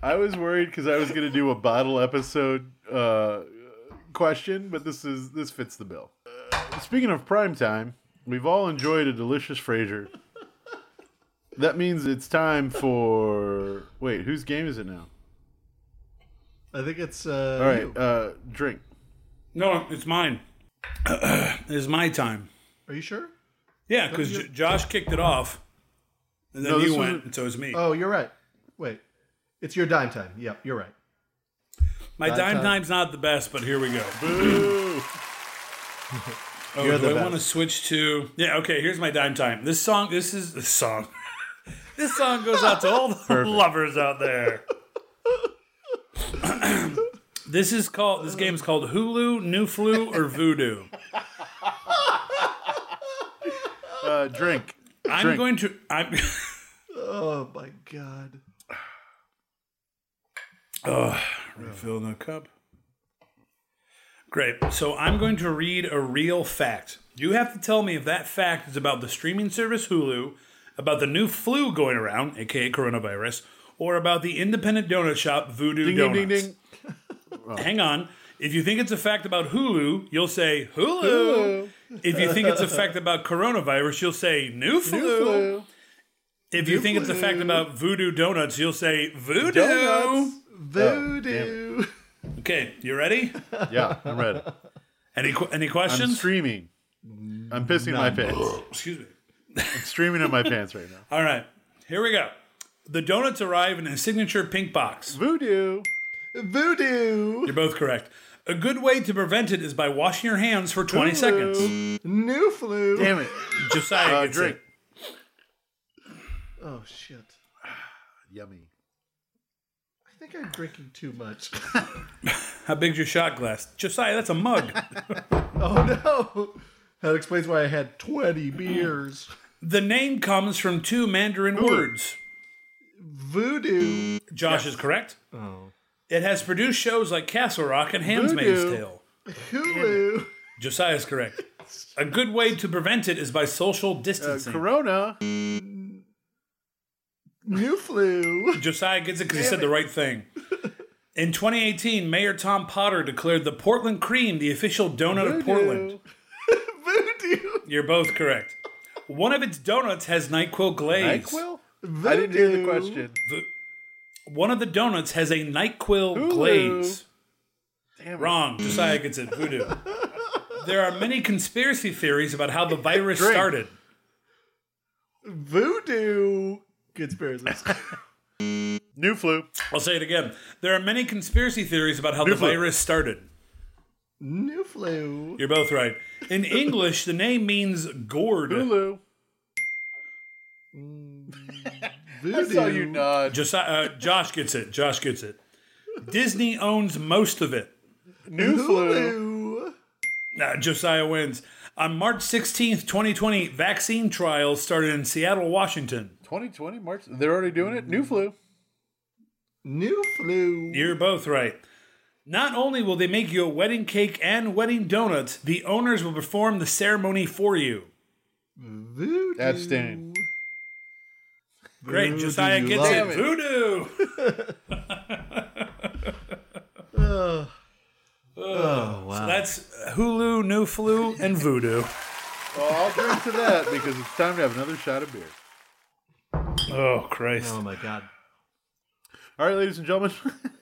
I was worried because I was going to do a bottle episode uh, question, but this is this fits the bill. Uh, speaking of prime time, we've all enjoyed a delicious Frasier. That means it's time for wait, whose game is it now?
I think it's uh,
All right,
you.
uh, drink.
no, it's mine. it's my time.
Are you sure?
Yeah, because J- Josh kicked it off. And then
No, this
you
was
went,
a-
and so it's me.
Oh, you're right. Wait, it's your dime time. Yep, you're right.
My dime
time.
time's not the best, but here we go.
Uh,
Oh,
You're
do
the
I
best.
want to switch to? Yeah, okay. Here's my dime time. This song. This is this song. this song goes out to all the lovers out there. this is called. This game is called Hulu, New Flu, or Voodoo.
Uh, drink.
I'm
Drink.
going to. I'm.
Oh my god.
Refill the cup. Great. So I'm going to read a real fact. You have to tell me if that fact is about the streaming service Hulu, about the new flu going around, aka coronavirus, or about the independent donut shop Voodoo
Ding, ding,
Donuts.
ding, ding.
Hang on. If you think it's a fact about Hulu, you'll say Hulu. If you think it's a fact about coronavirus, you'll say new flu.
Flu.
If you think it's a fact about Voodoo Donuts, you'll say Voodoo.
Donuts.
Voodoo.
Okay, you ready?
Yeah, I'm ready.
Any qu- any
I'm
questions?
streaming. I'm pissing my pants.
Excuse me.
I'm streaming in my pants right now.
All right, here we go. The donuts arrive in a signature pink box.
Voodoo.
Voodoo.
You're both correct. A good way to prevent it is by washing your hands for 20 seconds.
New flu.
Damn it.
Josiah
Uh,
gets
drink.
it.
Oh shit.
Yummy.
I think I'm drinking too much.
How big's your shot glass? Josiah, that's a mug.
oh no. That explains why I had 20 beers.
the name comes from two Mandarin words.
Voodoo.
Josh is correct. Oh. It has produced shows like Castle Rock and Handmaid's
Voodoo.
Tale.
Hulu.
Josiah is correct. A good way to prevent it is by social
Uh,
distancing.
corona.
New flu.
Josiah gets it because he said the right thing. In 2018, Mayor Tom Potter declared the Portland Cream the official donut of Portland.
Voodoo.
You're both correct. One of its donuts has NyQuil glaze.
NyQuil? I didn't hear the question.
One of the donuts has a NyQuil glaze.
Damn it.
Wrong. Josiah gets it. Voodoo. there are many conspiracy theories about how the virus
Drink.
started.
Voodoo. Conspiracies.
New flu.
I'll say it again. There are many conspiracy theories about how the
flu.
virus started.
New flu.
You're both right. In English, the name means gourd.
Hulu.
Voodoo.
I saw you nod.
Josi- uh, Josh gets it. Josh gets it. Disney owns most of it.
New flu.
Hulu.
Uh, Josiah wins. On March 16th, 2020, vaccine trials started in Seattle, Washington.
2020 March. They're already doing it. New flu.
New flu.
You're both right. Not only will they make you a wedding cake and wedding donuts, the owners will perform the ceremony for you.
Voodoo.
Abstain.
Great.
Voodoo,
Josiah
you
gets
love
it.
it.
Voodoo.
Ugh. oh wow.
That's Hulu, New Flu, and Voodoo.
Well, I'll drink to that because it's time to have another shot of beer.
Oh, Christ.
oh my god.
All right, ladies and gentlemen.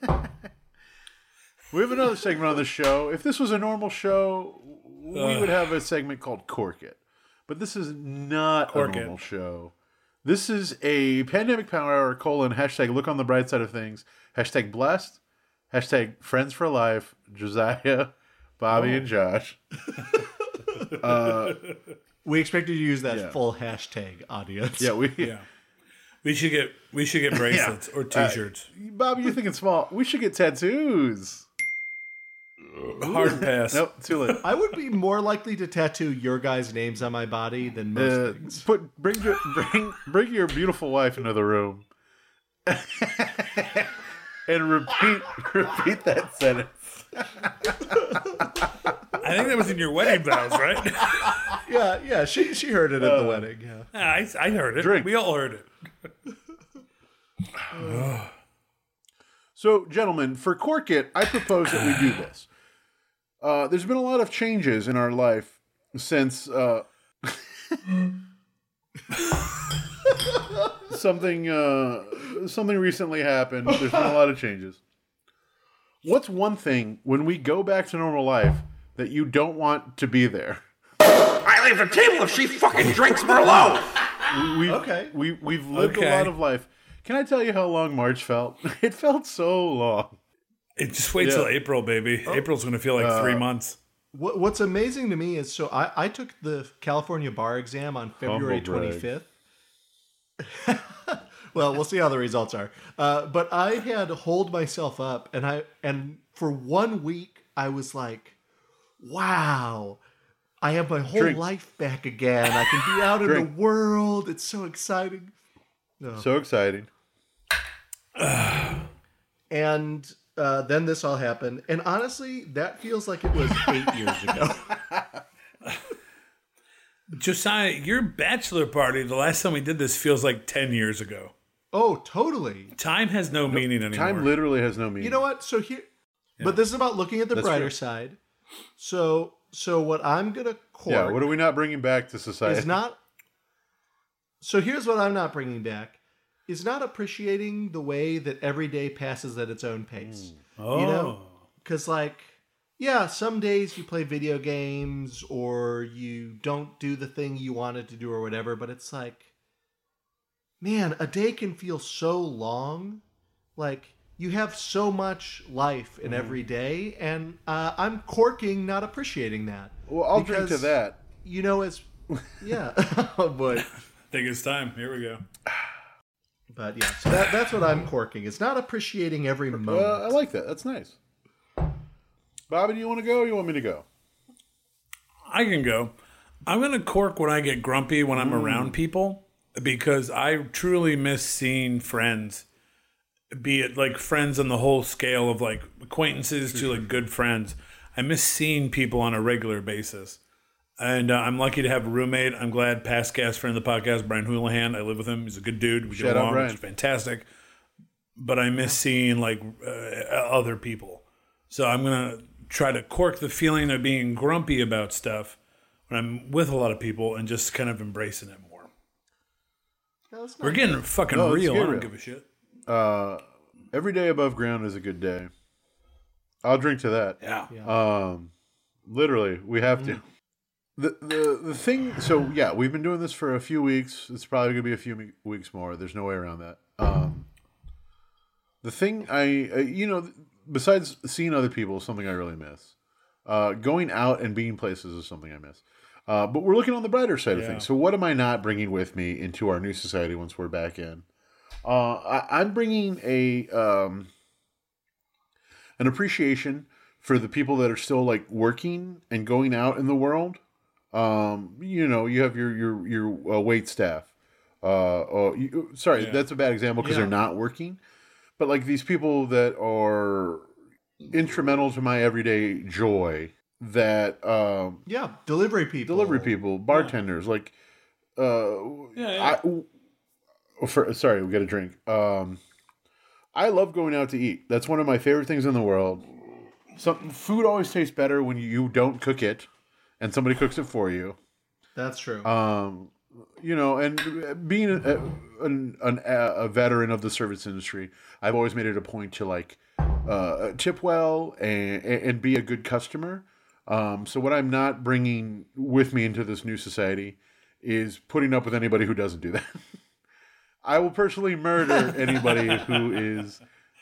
we have another segment on the show. If this was a normal show, we would have a segment called Cork It. But this is not
Cork
a
It.
normal show. This is a pandemic power hour colon hashtag look on the bright side of things, hashtag blessed, hashtag friends for life, Josiah, Bobby,
Oh.
and Josh.
We expected you to use that
Yeah.
full hashtag audience.
Yeah, we.
We should get we should get bracelets or
Uh,
T-shirts.
Bobby, you're thinking small. We should get tattoos.
Hard pass.
Nope, too late.
I would be more likely to tattoo your guys' names on my body than most
Uh,
things.
put bring your bring bring your beautiful wife into the room, and repeat repeat that sentence.
I think that was in your wedding vows, right?
Yeah, yeah. She she heard it at the wedding. Yeah.
I, I heard it.
Drink.
We all heard it.
So, gentlemen, for Cork It, I propose that we do this. Uh, there's been a lot of changes in our life since uh, something uh, something recently happened. There's been a lot of changes. What's one thing when we go back to normal life that you don't want to be there?
I leave the table if she fucking drinks Merlot.
We've,
Okay.
We, we've lived
Okay.
a lot of life. Can I tell you how long March felt? It felt so long.
It just wait
Yeah. Oh. Uh,
till April, baby. April's gonna feel like three months.
What, what's amazing to me is so I, I took the California bar exam on February
brag.
25th. well, we'll see how the results are. Uh, but I had to hold myself up, and I and for one week I was like, "Wow, I have my whole
Drink.
life back again. I can be out in the
Drink.
world. It's so exciting."
So exciting.
And uh, then this all happened, and honestly, that feels like it was eight years ago.
Josiah, your bachelor party, the last time we did this feels like ten years ago.
Oh, totally.
Time has no meaning anymore.
Time literally has no meaning.
You know what? So here, but this is about looking at the
That's
brighter
true.
side. So, so what I'm gonna cork
Yeah, what are we not bringing back to society?
is not. So here's what I'm not bringing back is not appreciating the way that every day passes at its own pace.
Hmm.
oh.
You know, because like, yeah, some days you play video games or you don't do the thing you wanted to do or whatever, but it's like, man, a day can feel so long. Like, you have so much life
Hmm.
in every day, and uh, I'm corking, not appreciating that.
Well, I'll drink to
Because,
that.
You know, it's, yeah. oh, boy.
I think it's time. Here we go.
But yeah, so that, that's what I'm corking. It's not appreciating every moment.
Uh, I like that. That's nice. Bobby, do you want to go? Or you want me to go?
I can go. I'm gonna cork when I get
Mm.
grumpy when I'm around people because I truly miss seeing friends be it like friends on the whole scale of like acquaintances to like good friends. I miss seeing people on a regular basis. And uh, I'm lucky to have a roommate. I'm glad past guest friend of the podcast, Brian Houlihan. I live with him. He's a good dude. We
Shout
get
out,
along,
Brian.
which is fantastic. But I miss seeing like uh, other people. So I'm gonna try to cork the feeling of being grumpy about stuff when I'm with a lot of people and just kind of embracing it more. We're getting fucking
No, let's
real.
get
I don't
real.
give a shit.
Uh, every day above ground is a good day. I'll drink to that.
Yeah.
Um, literally, we have
Mm.
to. The, the the thing so yeah we've been doing this for a few weeks it's probably gonna be a few me- weeks more there's no way around that um the thing i uh, you know besides seeing other people is something i really miss uh going out and being places is something i miss uh but we're looking on the brighter side of things so what am i not bringing with me into our new society once we're back in uh I, i'm bringing a um an appreciation for the people that are still like working and going out in the world. Um, you know, you have your your your uh, wait staff. Uh, oh, you, sorry, that's a bad example because they're not working. But like these people that are instrumental to my everyday joy, that um,
Yeah, delivery people.
delivery people, bartenders, like uh
Oh, yeah.
I- for- sorry, we got a drink. Um I love going out to eat. That's one of my favorite things in the world. Some food always tastes better when you don't cook it and somebody cooks it for you.
That's true.
Um you know, and uh, being a, an, an, a veteran of the service industry, I've always made it a point to like uh, tip well and, and be a good customer. Um, so what I'm not bringing with me into this new society is putting up with anybody who doesn't do that. I will personally murder anybody who is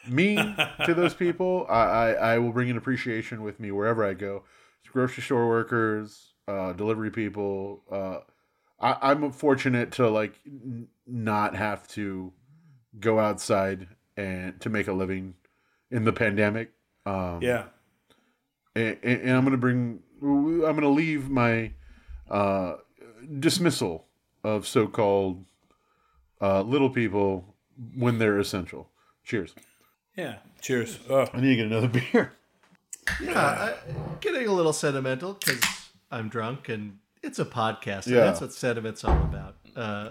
mean to those people. I, I, I will bring an appreciation with me wherever I go. Grocery store workers, uh, delivery people. Uh, I, I'm fortunate to like n- not have to go outside and to make a living in the pandemic. Um,
Yeah.
and, and I'm gonna bring I'm gonna leave my uh, dismissal of so-called uh, little people when they're essential. Cheers.
Yeah. Cheers. Oh,
I need to get another beer.
yeah, I, getting a little sentimental because I'm drunk and it's a podcast. And
Yeah.
that's what sentiment's all about. Uh,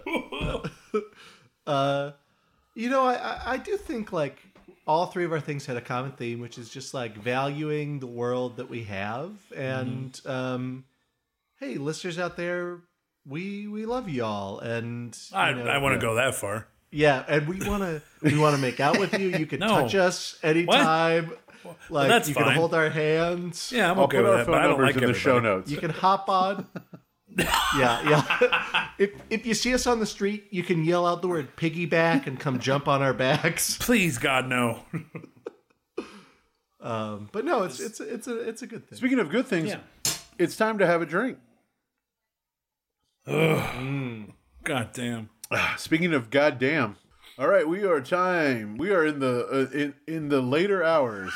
uh, you know, I, I, I do think like all three of our things had a common theme, which is just like valuing the world that we have. And um, hey, listeners out there, we we love y'all. And
I,
you know,
I want to go that far.
yeah, and we want to we want to make out with you. You can
No.
touch us anytime. Like
that's
you
fine.
can hold our hands.
Yeah, I'm
I'll
okay
put
with
our
that,
phone
but I don't
numbers
like
in the show
everybody.
notes.
You can hop on. yeah, yeah. If if you see us on the street, you can yell out the word piggyback and come jump on our backs.
Please, God, no.
Um, but no, it's it's it's a it's a good thing.
Speaking of good things,
Yeah.
it's time to have a drink.
God damn.
Speaking of goddamn. All right, we are time. We are in the uh, in in the later hours.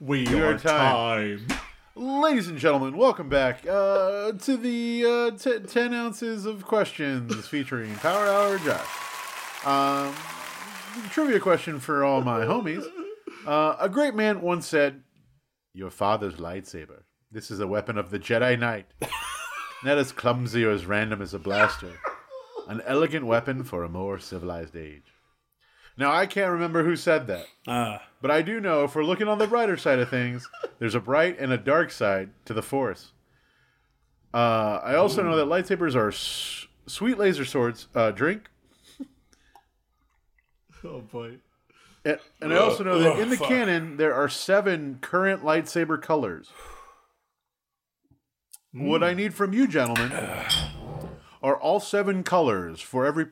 We
are
time.
Ladies and gentlemen, welcome back uh, to the uh, t- 10 ounces of questions featuring Power Hour Josh. Um, trivia question for all my homies. Uh, a great man once said, Your father's lightsaber. This is a weapon of the Jedi Knight. Not as clumsy or as random as a blaster. An elegant weapon for a more civilized age. Now, I can't remember who said that.
Ah.
But I do know if we're looking on the brighter side of things, there's a bright and a dark side to the Force. Uh, I also know that lightsabers are s- sweet laser swords. Uh, drink.
Oh boy. Oh,
And, and I also know that
Ugh,
in the
fuck.
canon, there are seven current lightsaber colors. What
Hmm.
I need from you, gentlemen, are all seven colors. For every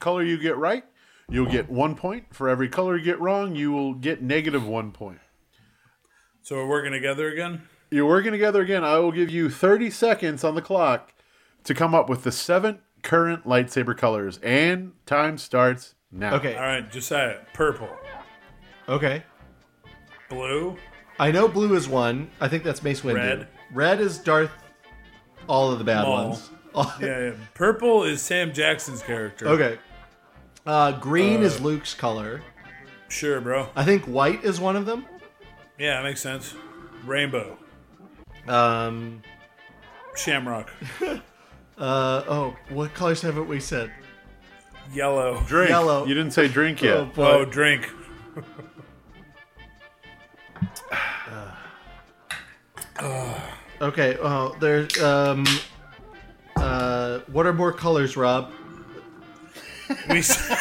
color you get right, you'll get one point. For every color you get wrong, you will get negative one point.
So we're working together again?
You're working together again. I will give you 30 seconds on the clock to come up with the seven current lightsaber colors, and time starts now.
Okay.
All right, Josiah. Purple.
Okay.
Blue.
I know blue is one. I think that's Mace Windu.
Red.
Red is Darth. All of the bad
Maul.
ones. All-
Yeah, yeah. Purple is Sam Jackson's character.
Okay. Uh, green is Luke's color.
Sure, bro.
I think white is one of them.
Yeah, makes sense. Rainbow,
Um,
shamrock,
uh, oh, what colors haven't we said?
yellow.
Drink.
Yellow.
You didn't say drink yet.
Oh, boy.
Oh, drink.
Okay. Well, there's um. Uh, what are more colors, Rob?
We said,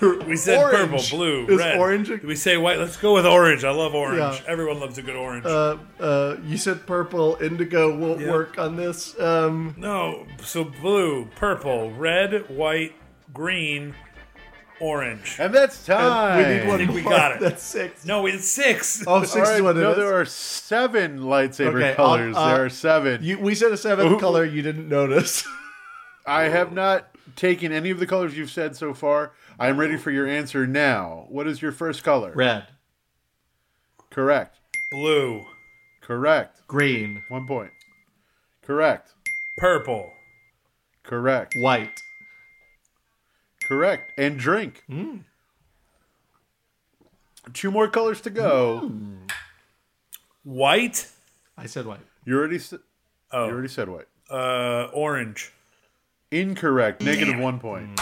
we said purple,
Orange.
blue,
Is
red.
orange a-
Did we say white? Let's go with orange. I love orange.
Yeah.
Everyone loves a good orange.
Uh, uh, you said purple. Indigo won't work on this. Um,
no, so blue, purple, red, white, green, orange.
And that's time.
we need one
think we
more.
got it.
That's six.
No, it's six.
Oh, six
All
is
right,
what it
no,
is.
there are seven lightsaber
Okay, I'll-
colors.
uh,
there are seven.
You, we said a seventh
Ooh.
color. You didn't notice.
I have not taken any of the colors you've said so far. I'm ready for your answer now. What is your first color?
Red,
Correct.
Blue,
Correct.
green,
One point. Correct.
purple,
Correct.
white.
Correct. And drink. Two more colors to go.
white,
I said white.
You already s you already said white.
uh, orange.
Incorrect. Negative one point.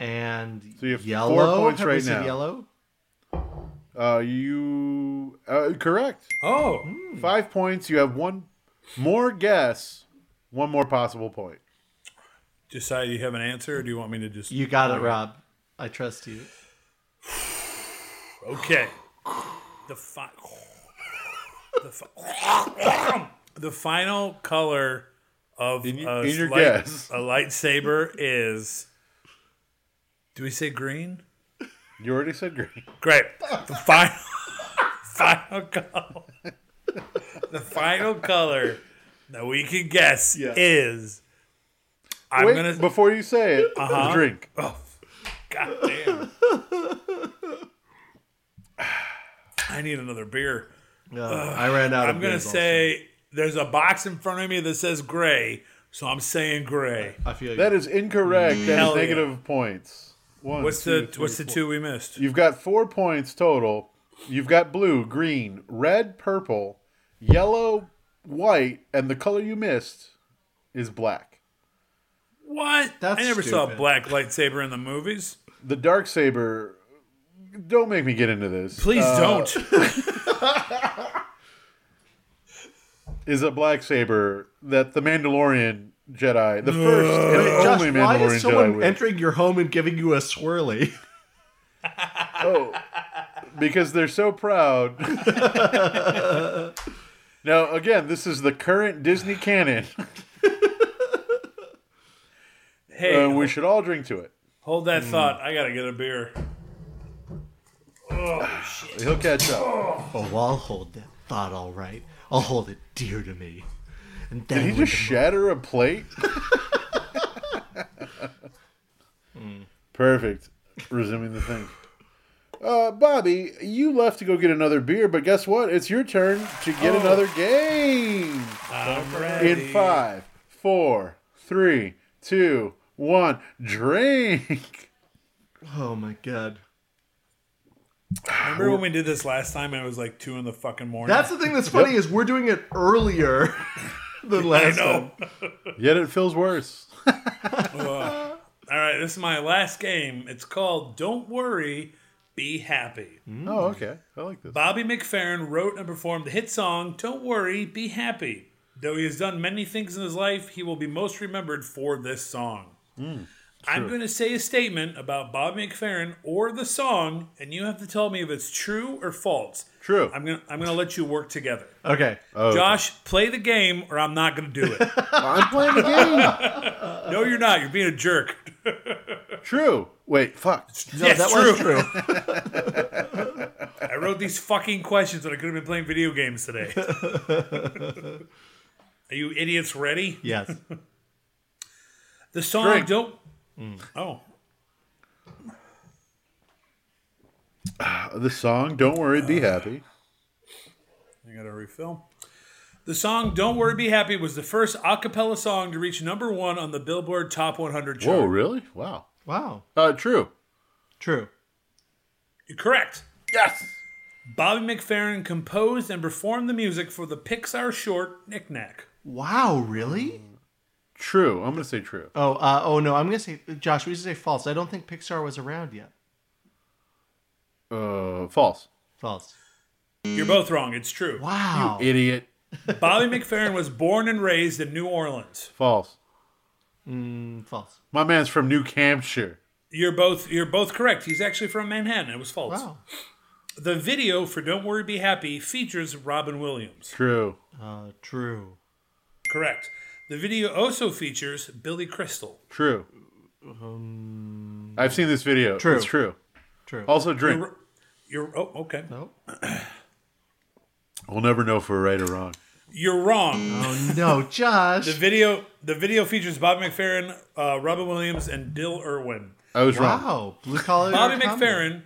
And
So you have four
yellow.
points
Have we
right
said
now.
Yellow.
Uh, you uh, correct.
Oh,
Five points. You have one more guess. One more possible point.
decide you have an answer, or do you want me to just?
You got it, Rob. I trust you.
Okay. The fi- the, fi- the final color of
y-
a,
in your
light-
guess.
a lightsaber is. Do we say green?
You already said green.
Great. The final final color. The final color that we can guess
Yeah.
is. I'm
Wait,
gonna.
before you say it, drink.
Oh, God damn. I need another beer.
No, I ran out.
I'm
of
gonna
beers also.
say there's a box in front of me that says gray, so I'm saying gray.
I feel
That
you.
is incorrect. That is
Hell yeah.
negative points. One,
What's
two,
the
three,
what's the
four.
two we missed?
You've got four points total. You've got blue, green, red, purple, yellow, white, and the color you missed is black.
What?
That's
I never saw a
stupid.
black lightsaber in the movies.
The dark saber. Don't make me get into this.
Please
Uh,
don't.
Is a black saber that the Mandalorian Jedi, the first and
Wait, Josh,
only
why
Mandalorian
is someone
Jedi, with.
entering your home and giving you a swirly?
Oh, because they're so proud. now, again, this is the current Disney canon,
Hey,
and Uh, we should all drink to it.
hold
Hmm.
that thought. I gotta get a beer.
He'll catch up.
Oh, I'll hold that thought all right. I'll hold it dear to me. And then
Did he
when
just
the-
shatter a plate? Perfect. Resuming the thing. Uh, Bobby, you left to go get another beer, but guess what? It's your turn to get another game.
I'm
In
ready.
five, four, three, two, one, drink.
Oh my god.
Remember when we did this last time? and It was like two in the fucking morning.
That's the thing that's funny is we're doing it earlier than last
know.
time.
Yet it feels worse.
all right. This is my last game. It's called "Don't Worry, Be Happy."
Oh, okay. I like this.
Bobby McFerrin wrote and performed the hit song Don't Worry, Be Happy. Though he has done many things in his life, he will be most remembered for this song. I'm going to say a statement about Bobby McFerrin or the song, and you have to tell me if it's true or false.
True.
I'm going to I'm going to let you work together.
Okay.
Josh, play the game or I'm not going to do it.
I'm playing the game.
no, you're not. You're being a jerk.
True. Wait, fuck.
No,
yes,
that
true.
was true.
I wrote these fucking questions when I could have been playing video games today. Are you idiots ready?
yes.
The song
Drink.
don't. Oh,
The song Don't Worry, Be Happy.
I gotta refill. The song "Don't Worry, Be Happy" was the first a cappella song to reach number one on the Billboard Top 100 chart.
Whoa, really? Wow.
Wow.
Uh, true.
True.
You're correct.
Yes.
Bobby McFerrin composed and performed the music for the Pixar short Knick Knack.
Wow, really?
True. I'm gonna say true.
Mm-hmm. Oh, uh, oh no, I'm gonna say Josh. We should say false. I don't think Pixar was around yet.
Uh, false.
False.
You're both wrong. It's true.
Wow.
Idiot.
Bobby McFerrin was born and raised in New Orleans.
False.
false.
My man's from New Hampshire.
You're both you're both correct. He's actually from Manhattan. It was false.
Wow.
The video for Don't Worry Be Happy features Robin Williams.
True.
Uh, true.
Correct. The video also features Billy Crystal.
True. I've seen this video.
True.
It's true.
True.
Also, drink.
You're, you're oh okay.
No.
We'll never know if we're right or wrong.
You're wrong.
Oh no,
The
Josh.
video the video features Bobby McFerrin, uh, Robin Williams, and Dill Irwin.
I was wrong.
Wow. Blue collar.
Bobby
comedy.
McFerrin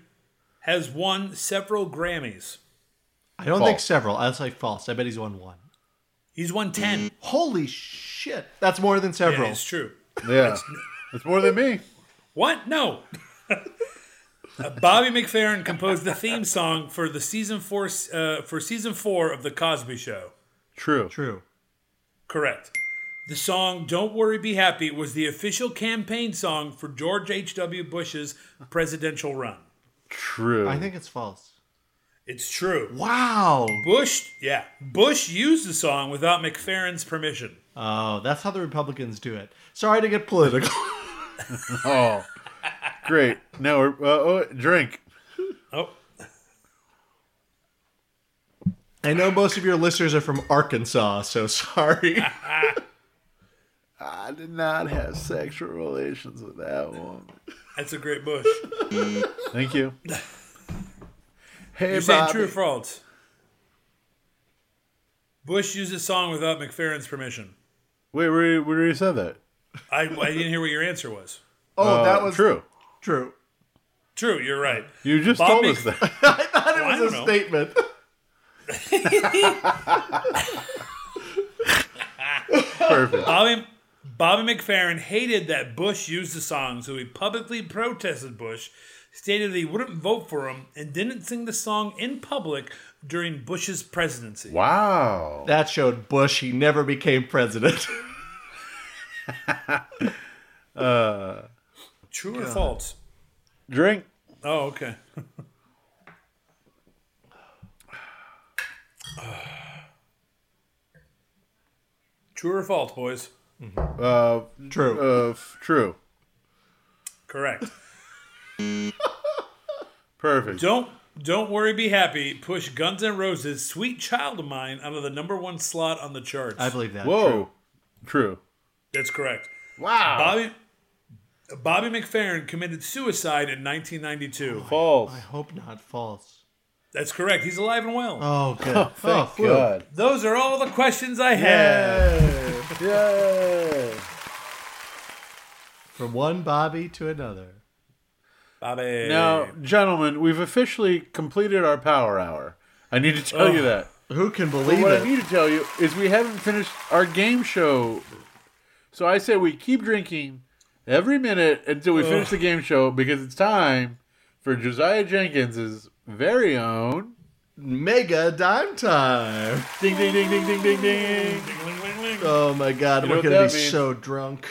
has won several Grammys.
I don't
False.
think several. I'll say false. I bet he's won one.
He's won ten.
Holy shit. That's more than
Yeah,
several.
it's true.
Yeah. It's more than me.
What? No. Uh, Bobby McFerrin composed the theme song for the season four uh, for season four of the Cosby Show.
True.
true.
Correct. The song "Don't Worry, Be Happy" was the official campaign song for George H. W. Bush's presidential run.
True.
I think it's false.
It's true.
Wow.
Bush, yeah, Bush used the song without McFerrin's permission.
Oh, that's how the Republicans do it. Sorry to get political.
Oh, great. Now we're uh, oh, drink.
Oh,
I know most of your listeners are from Arkansas, so sorry.
I did not have sexual relations with that one.
that's a great Bush.
Thank you. Hey,
You're saying
Bobby.
true or false? Bush used the song without McFerrin's permission.
Wait, where, where did you say that?
I, I didn't hear what your answer was.
Oh,
Uh, true.
true.
True, you're right.
You just
Bob
told
Mc-
us that.
That
I
was
don't
a
know.
statement.
Perfect.
Bobby, Bobby McFerrin hated that Bush used the song, so he publicly protested Bush, stated that he wouldn't vote for him, and didn't sing the song in public during Bush's presidency.
Wow.
That showed Bush he never became president.
True or false?
Drink.
Oh, okay. True or false, boys?
Uh,
True.
uh, f- true.
Correct.
Perfect.
Don't don't worry, be happy. Push Guns N' Roses' "Sweet Child of Mine" out of the number one slot on the charts.
I believe that.
Whoa. True.
That's correct.
Wow.
Bobby Bobby McFerrin committed suicide in 1992.
False.
I hope not false.
That's correct. He's alive and well.
Oh, good. oh, phew.
God.
Those are all the questions I had.
Yay. Yay.
From one Bobby to another.
Bobby.
Now, gentlemen, we've officially completed our power hour. I need to tell you that.
Who can
But
believe
what
it?
I need to tell you is we haven't finished our game show. So I say we keep drinking every minute until we finish the game show because it's time for Josiah Jenkins's very own.
Mega dime time.
Ding, ding, ding, ding, ding, ding, ding.
Ling, ling, ling.
Oh my god,
know
we're
what
gonna
that
be
means.
so drunk.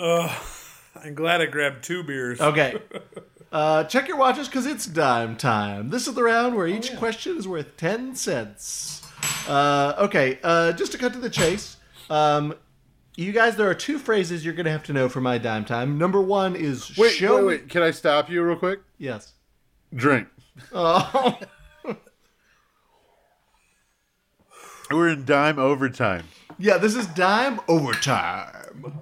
I'm glad I grabbed two beers.
Okay. Uh, check your watches because it's dime time. This is the round
Oh,
where each question is worth 10 cents. Uh, okay, uh, just to cut to the chase, um, you guys, there are two phrases you're going to have to know for my dime time. Number one is
Wait,
show
wait,
me-
wait. Can I stop you real quick?
Yes.
Drink. We're in dime overtime.
Yeah, this is dime overtime.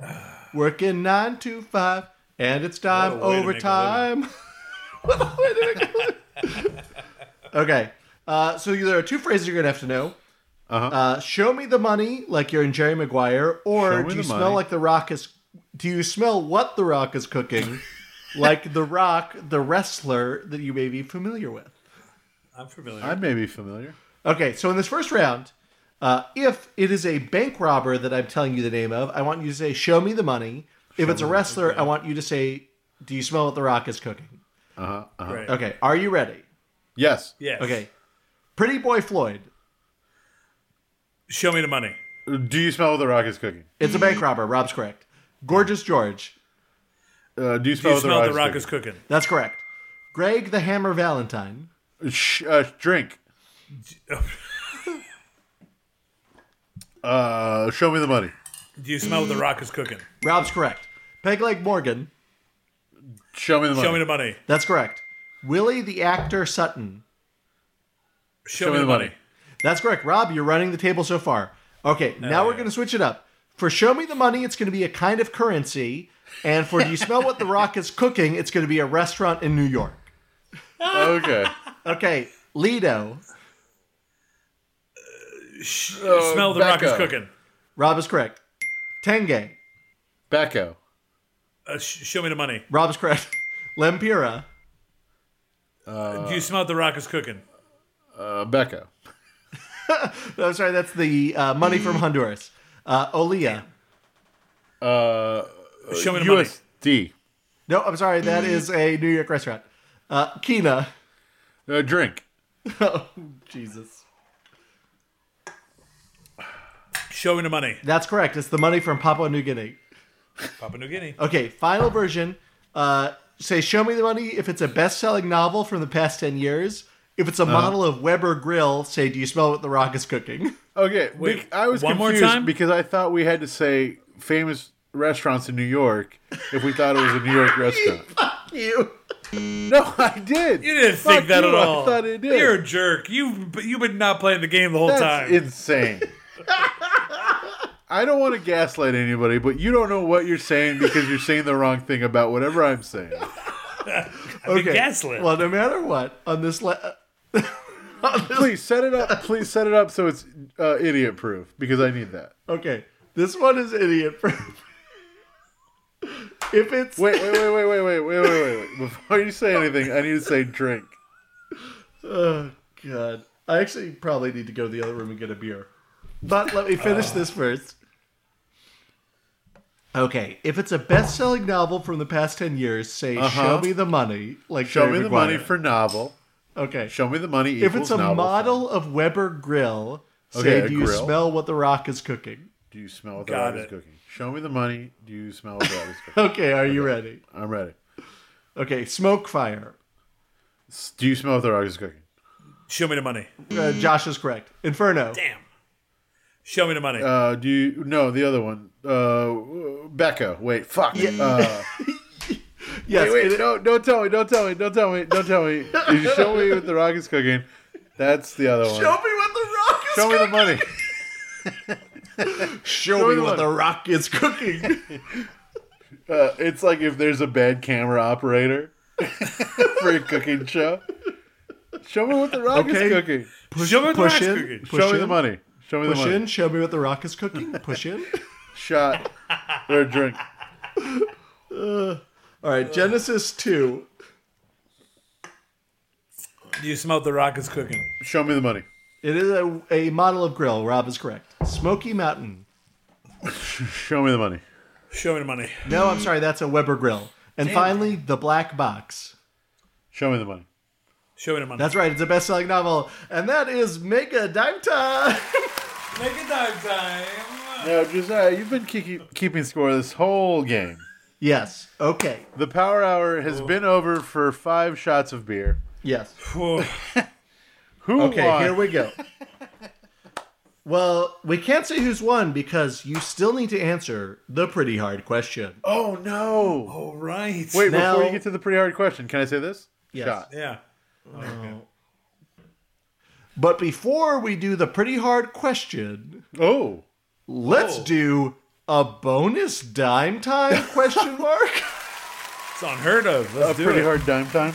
Working nine to five, and it's dime
What a way to make a
overtime. What a way to make a living. okay, uh, so there are two phrases you're gonna have to know.
Uh-huh.
Uh, show me the money, like you're in Jerry Maguire,
Show
or
me
do you
the
smell
money.
like the Rock is? Do you smell what the Rock is cooking, like the Rock, the wrestler that you may be familiar with?
I'm familiar.
I may be familiar.
Okay, so in this first round, uh, if it is a bank robber that I'm telling you the name of, I want you to say, "Show me the money." If it's a wrestler, I want you to say, "Do you smell what The Rock is cooking?" Uh-huh,
Right.
Okay, are you ready?
Yes.
Yes.
Okay, Pretty Boy Floyd.
Show me the money.
Do you smell what the rock is cooking?
It's a bank robber. Rob's correct. Gorgeous George.
Uh, do you
Do
smell
you
what the
smell
rock,
the rock is cooking?
That's correct. Greg the Hammer Valentine.
cooking? Sh- uh, drink. uh, show me the money.
Do you smell what the rock is cooking?
Rob's correct. Pegleg Morgan.
Show me the money.
Show me the money.
That's correct. Willie the actor Sutton.
Show, me the money.
That's correct. Rob, you're running the table so far. Okay, now we're going to switch it up. For show me the money, it's going to be a kind of currency, and for do you smell what the rock is cooking? It's going to be a restaurant in New York.
Okay.
Okay, Lido.
Uh,
smell the rock is
Becco.
cooking.
Rob is correct. Tenge.
Becco.
Uh, sh- show me the money.
Rob is correct. Lempira.
Do you smell what the rock is cooking?
Uh, Becco.
I'm sorry, that's the uh, money from Honduras. Uh, Olia.
Uh,
Show me the money.
USD.
No, I'm sorry, that is a New York restaurant. Uh, Kina.
Uh, drink.
Oh, Jesus.
Show me the money.
That's correct. It's the money from Papua New Guinea.
Papua New Guinea.
Uh,
Okay, final version. Uh, say, show me the money if it's a best selling novel from the past 10 years. If it's a
Uh-huh.
model of Weber Grill, say, do you smell what The Rock is cooking?
Okay.
Wait,
bec- I was
one more
confused
time?
because I thought we had to say famous restaurants in New York if we thought it was a New York restaurant.
you.
No, I did.
You didn't
Fuck
think that
you,
at all.
I thought it did.
You're a jerk. You've b- you've been not playing the game the whole
That's
time.
insane. I don't want to gaslight anybody, but you don't know what you're saying because you're saying the wrong thing about whatever I'm saying.
I've been gaslit.
Well, no matter what, on this. Le- uh,
Please set it up. Please set it up so it's uh, idiot proof because I need that.
okay, this one is idiot proof. if it's.
Wait, wait, wait, wait, wait, wait, wait, wait, wait, wait. Before you say anything, I need to say drink.
Oh god. I actually probably need to go to the other room and get a beer. But let me finish this first. Okay, if it's a best-selling novel from the past 10 years, say show me the money, like
Uh-huh. Show
Jerry
me the
Maguire.
money for novel.
Okay.
Show me the money.
if it's
equals
a
novel.
model of Weber Grill, say
Okay, a
do you
grill.
smell what the rock is cooking?
do you smell what the
Got
dog is
it.
cooking? Show me the money. Do you smell what the dog is cooking?
Okay, are you ready?
I'm ready.
Okay, smoke fire.
S- Do you smell what the dog is cooking?
Show me the money.
Uh, Josh is correct. Inferno.
Damn. Show me the money.
Uh, do you no the other one? Uh, Becca. Wait, fuck. Uh,
Yes,
wait, wait,
it-
don't don't tell me, don't tell me, don't tell me, don't tell me. Did you show me what the rock is cooking? That's the other one.
show me what the rock is
Show me the money.
Show, me what the rock is cooking.
Uh, it's like if there's a bad camera operator for a cooking show. Show me what the rock
Okay.
is cooking.
Show me what the
push
rock's
in.
cooking.
Push
show me
in.
the money. Show me the
Push
money.
in, show me what the rock is cooking. Push in.
Shot or drink.
All right, Genesis 2.
Do you smell what the rock is cooking?
Show me the money.
It is a, a model of grill. Rob is correct. Smoky Mountain.
Show me the money.
Show me the money.
No, I'm sorry, that's a Weber grill. And finally, The Black Box.
Show me the money.
Show me the money.
That's right, it's a best selling novel. And that is Mega Dive Time.
Make a dive time.
Now, Josiah, you've been keeking, keeping score this whole game.
yes. Okay.
The power hour has been over for five shots of beer.
Yes.
Whoa.
Who
Okay,
won?
here we go. Well, we can't say who's won because you still need to answer the pretty hard question.
oh no!
All right.
Wait,
Now-
before you get to the pretty hard question, can I say this?
Yes.
Shot.
Yeah.
But before we do the pretty hard question,
Oh,
Let's
Oh.
do a bonus dime time question mark.
It's unheard of. Let's
a
do
Uh, pretty
it.
hard dime time.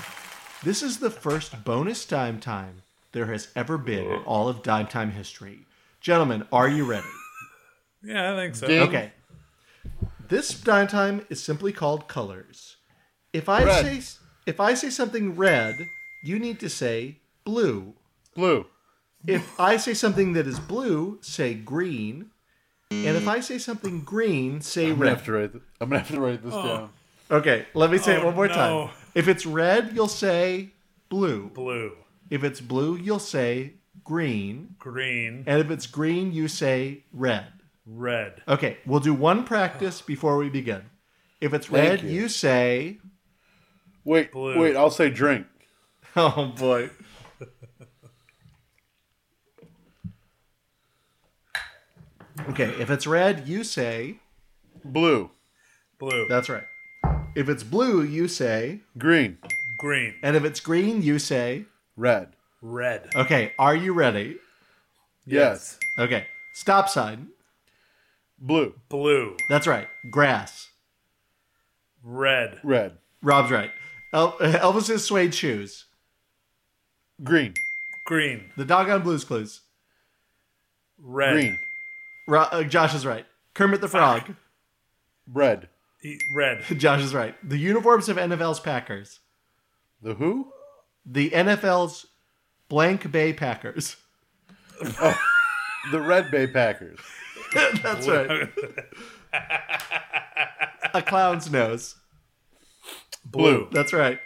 this is the first bonus dime time there has ever been in all of dime time history. Gentlemen, are you ready?
Yeah, I think so.
Ding.
Okay. This dime time is simply called colors. If I
Red.
say if I say something red, you need to say blue.
Blue.
If I say something that is blue, say green. And if I say something green, say
I'm gonna
red.
have to write. th- I'm gonna have to write this down.
Okay, let me say it
Oh,
one more
no.
time. If it's red, you'll say blue.
Blue,
If it's blue, you'll say green.
green,
And if it's green, you say red.
red.
Okay, we'll do one practice before we begin. If it's red,
Thank you.
you. say,
Wait,
Blue.
wait. I'll say drink.
oh boy. Okay, if it's red, you say,
Blue,
Blue,
that's right. If it's blue, you say,
green,
green,
and if it's green, you say,
red.
red.
okay, are you ready?
Yes.
Okay, stop sign.
Blue,
Blue,
That's right, grass.
red,
red,
Rob's right. El- Elvis's suede shoes.
green,
green,
The dog on Blue's Clues.
red.
green,
Ro- uh, Josh is right. Kermit the Frog.
bread.
E- red,
Josh is right. The uniforms of NFL's Packers.
The who?
The NFL's Blank Bay Packers.
The Red Bay Packers.
That's right. A clown's nose.
Blue,
That's right.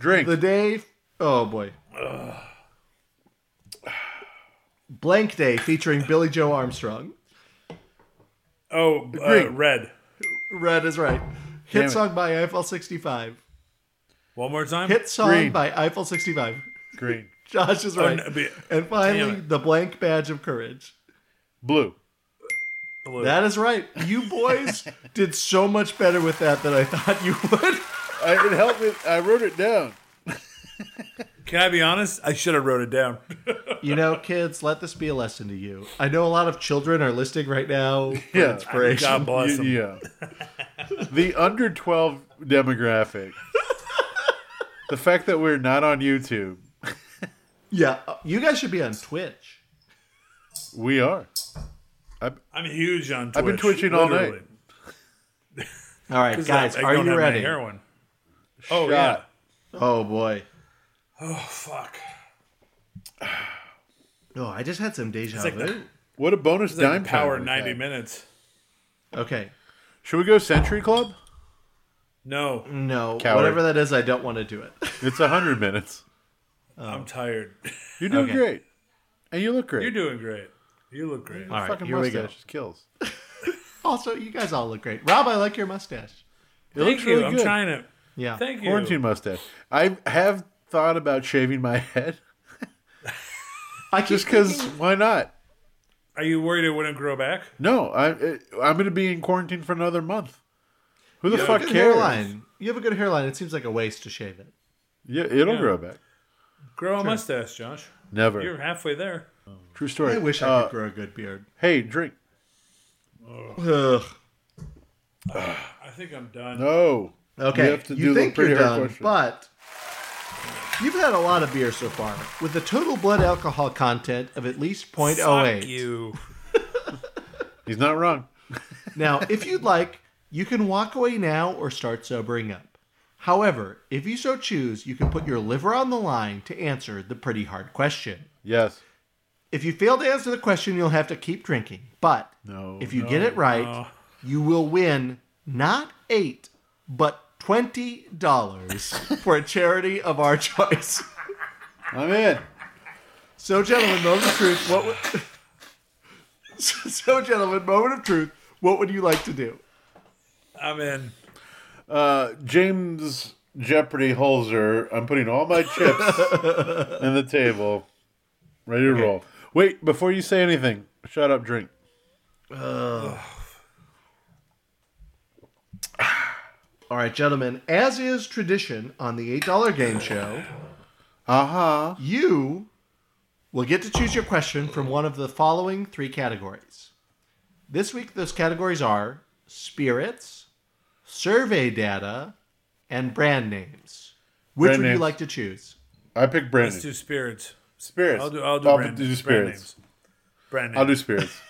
drink.
The day. Oh boy. Blank Day featuring Billy Joe Armstrong.
Oh, uh,
Green.
red.
Red is right.
Damn it.
Hit song by Eiffel 65.
One more time.
Hit song
Green.
by Eiffel 65.
green,
Josh is right.
no, be-
and
damn
finally,
it.
the blank badge of courage.
blue.
Blue.
That is right. You boys did so much better with that than I thought you would.
I, it helped. It, I wrote it down.
Can I be honest? I should have wrote it down.
You know, kids, let this be a lesson to you. I know a lot of children are listening right now. for
Yeah.
Inspiration.
God bless
Y-
him.
Yeah. the under 12 demographic. the fact that we're not on YouTube,
Yeah. You guys should be on Twitch.
we are.
I'm huge on Twitch.
I've been twitching all
literally.
night.
All right,
'Cause
guys,
I, I
are
don't
you
have any
ready?
Heroin. Oh, yeah.
Shot.
Oh, boy.
Oh, fuck.
Oh, I just had some deja
like
vu.
What a bonus
It's like
dime
power
time we've
90
had.
minutes.
Okay.
Should we go Century Club?
No,
Mm.
No,
Coward.
whatever that is, I don't want to do it.
It's 100 minutes.
I'm tired.
You're doing
Okay.
great. And you look great.
You're doing great. You look great.
All right,
Fucking
here we go.
mustache just kills.
Also, you guys all look great. Rob, I like your mustache.
It
Thank
looks
you.
really
I'm
good.
trying to.
Yeah.
Thank you.
Quarantine mustache. I have thought about shaving my head
I keep
just because
thinking-
why not?
Are you worried it wouldn't grow back?
No, I, it, I'm going to be in quarantine for another month. Who the
You have
fuck
a
cares?
good hairline. You have a good hairline. It seems like a waste to shave it.
Yeah, it'll
Yeah.
grow back.
Grow a mustache, Josh.
Never.
You're halfway there.
True story.
I wish I
Uh,
could grow a good beard.
Hey, drink.
Ugh.
I think I'm done.
No.
Okay,
We
you,
have to do the
think you're
pretty hard
done,
question.
but you've had a lot of beer so far, with a total blood alcohol content of at least
Fuck
Oh,
0.08.
you.
He's not wrong.
Now, if you'd like, you can walk away now or start sobering up. However, if you so choose, you can put your liver on the line to answer the pretty hard question.
Yes.
If you fail to answer the question, you'll have to keep drinking. But
No,
if you get it right, you will win not eight, but twenty dollars for a charity of our choice.
I'm in.
So, gentlemen, moment of truth. What? Would... so, so, gentlemen, moment of truth. What would you like to do?
I'm in.
Uh, James Jeopardy Holzer. I'm putting all my chips in the table. Ready to roll. Wait, before you say anything, shut up, drink.
All right, gentlemen. As is tradition on the eight dollar game show,
Uh huh.
Uh-huh. you will get to choose your question from one of the following three categories. This week, those categories are spirits, survey data, and brand names. Which
Brand
would you
names.
like to choose?
I picked
Let's
Brandon.
do spirits.
spirits.
I'll do. I'll do brand names. Brand
spirits.
names. Brand names.
I'll do spirits.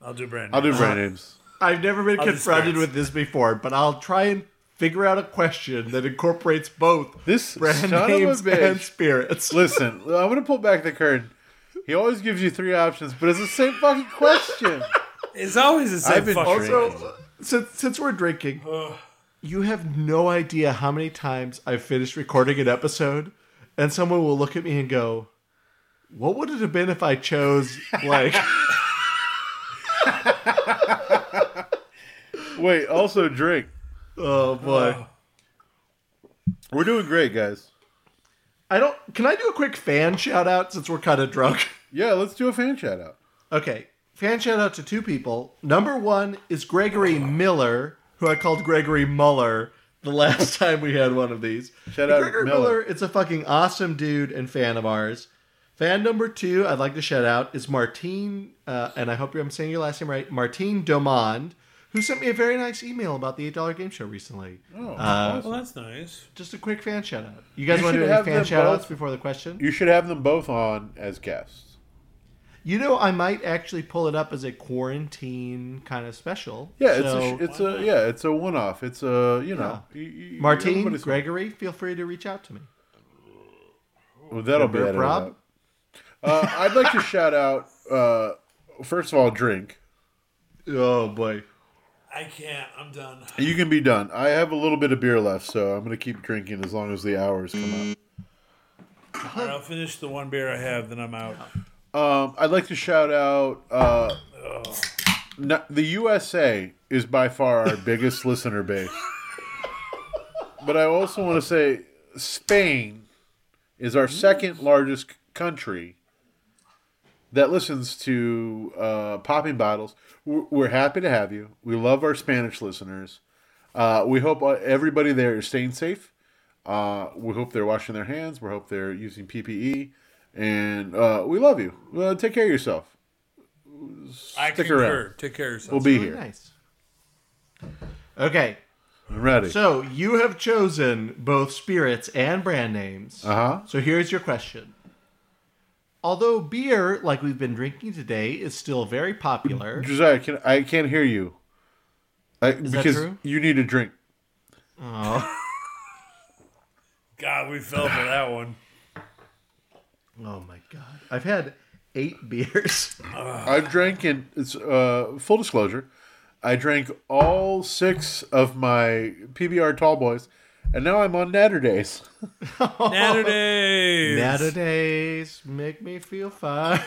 I'll do brand
I'll
names.
do brand
Uh-huh.
names.
I've never been
do
confronted
spirits.
with this before, but I'll try and figure out a question that incorporates both
This
brand
son of a
names and
bitch.
spirits.
Listen, I'm going to pull back the curtain. He always gives you three options, but it's the same fucking question.
It's always the same
I've been
fucking
also-
thing.
So, since, since we're drinking, you have no idea how many times I've finished recording an episode and someone will look at me and go, What would it have been if I chose, like,
Wait, also drink.
oh boy.
We're doing great, guys.
I don't, can I do a quick fan shout out since we're kind of drunk?
Yeah, let's do a fan shout out.
Okay, fan shout out to two people. Number one is Gregory Miller, who I called Gregory Muller the last time we had one of these.
Shout out
Gregory
Miller.
Miller is a fucking awesome dude and fan of ours. Fan number two I'd like to shout out is Martine, uh, and I hope I'm saying your last name right, Martine Domond, who sent me a very nice email about the $8 game show recently.
Oh,
Well, that's nice.
Just a quick fan shout out. You guys
You
want
should
to do
have
any fan
them
shout outs
both-
before the question?
You should have them both on as guests.
You know, I might actually pull it up as a quarantine kind of special.
Yeah,
So-
it's a, sh- it's a yeah, it's a one off. It's a you know, y- y-
Martine,
everybody's-
Gregory, feel free to reach out to me.
Well, that'll be
Burp
edited
Rob?
out. Uh, I'd like to shout out. Uh, first of all, drink.
Oh boy.
I can't. I'm done.
You can be done. I have a little bit of beer left, so I'm gonna keep drinking as long as the hours come up.
I'll finish the one beer I have, then I'm out.
Um, I'd like to shout out. Uh, n- the USA is by far our biggest listener base, but I also want to say Spain is our second largest c- country that listens to uh, popping bottles. We're, we're happy to have you. We love our Spanish listeners. Uh, we hope uh, everybody there is staying safe. Uh, we hope they're washing their hands. We hope they're using PPE. And uh, we love you. Uh, take care of yourself.
I
Stick
concur.
around.
Take care of yourself.
We'll be
Very
here.
Oh, nice. Okay.
I'm ready.
So you have chosen both spirits and brand names.
Uh-huh.
So here's your question. Although beer, like we've been drinking today, is still very popular.
Josiah, can, I can't hear you. I,
that
because
true?
you need a drink.
God, we fell for that one.
Oh my god. I've had eight beers.
I've drank, and it's uh, full disclosure, I drank all six of my PBR tall boys, and now I'm on Natter Days. Oh.
Saturdays.
Saturdays make me feel fine.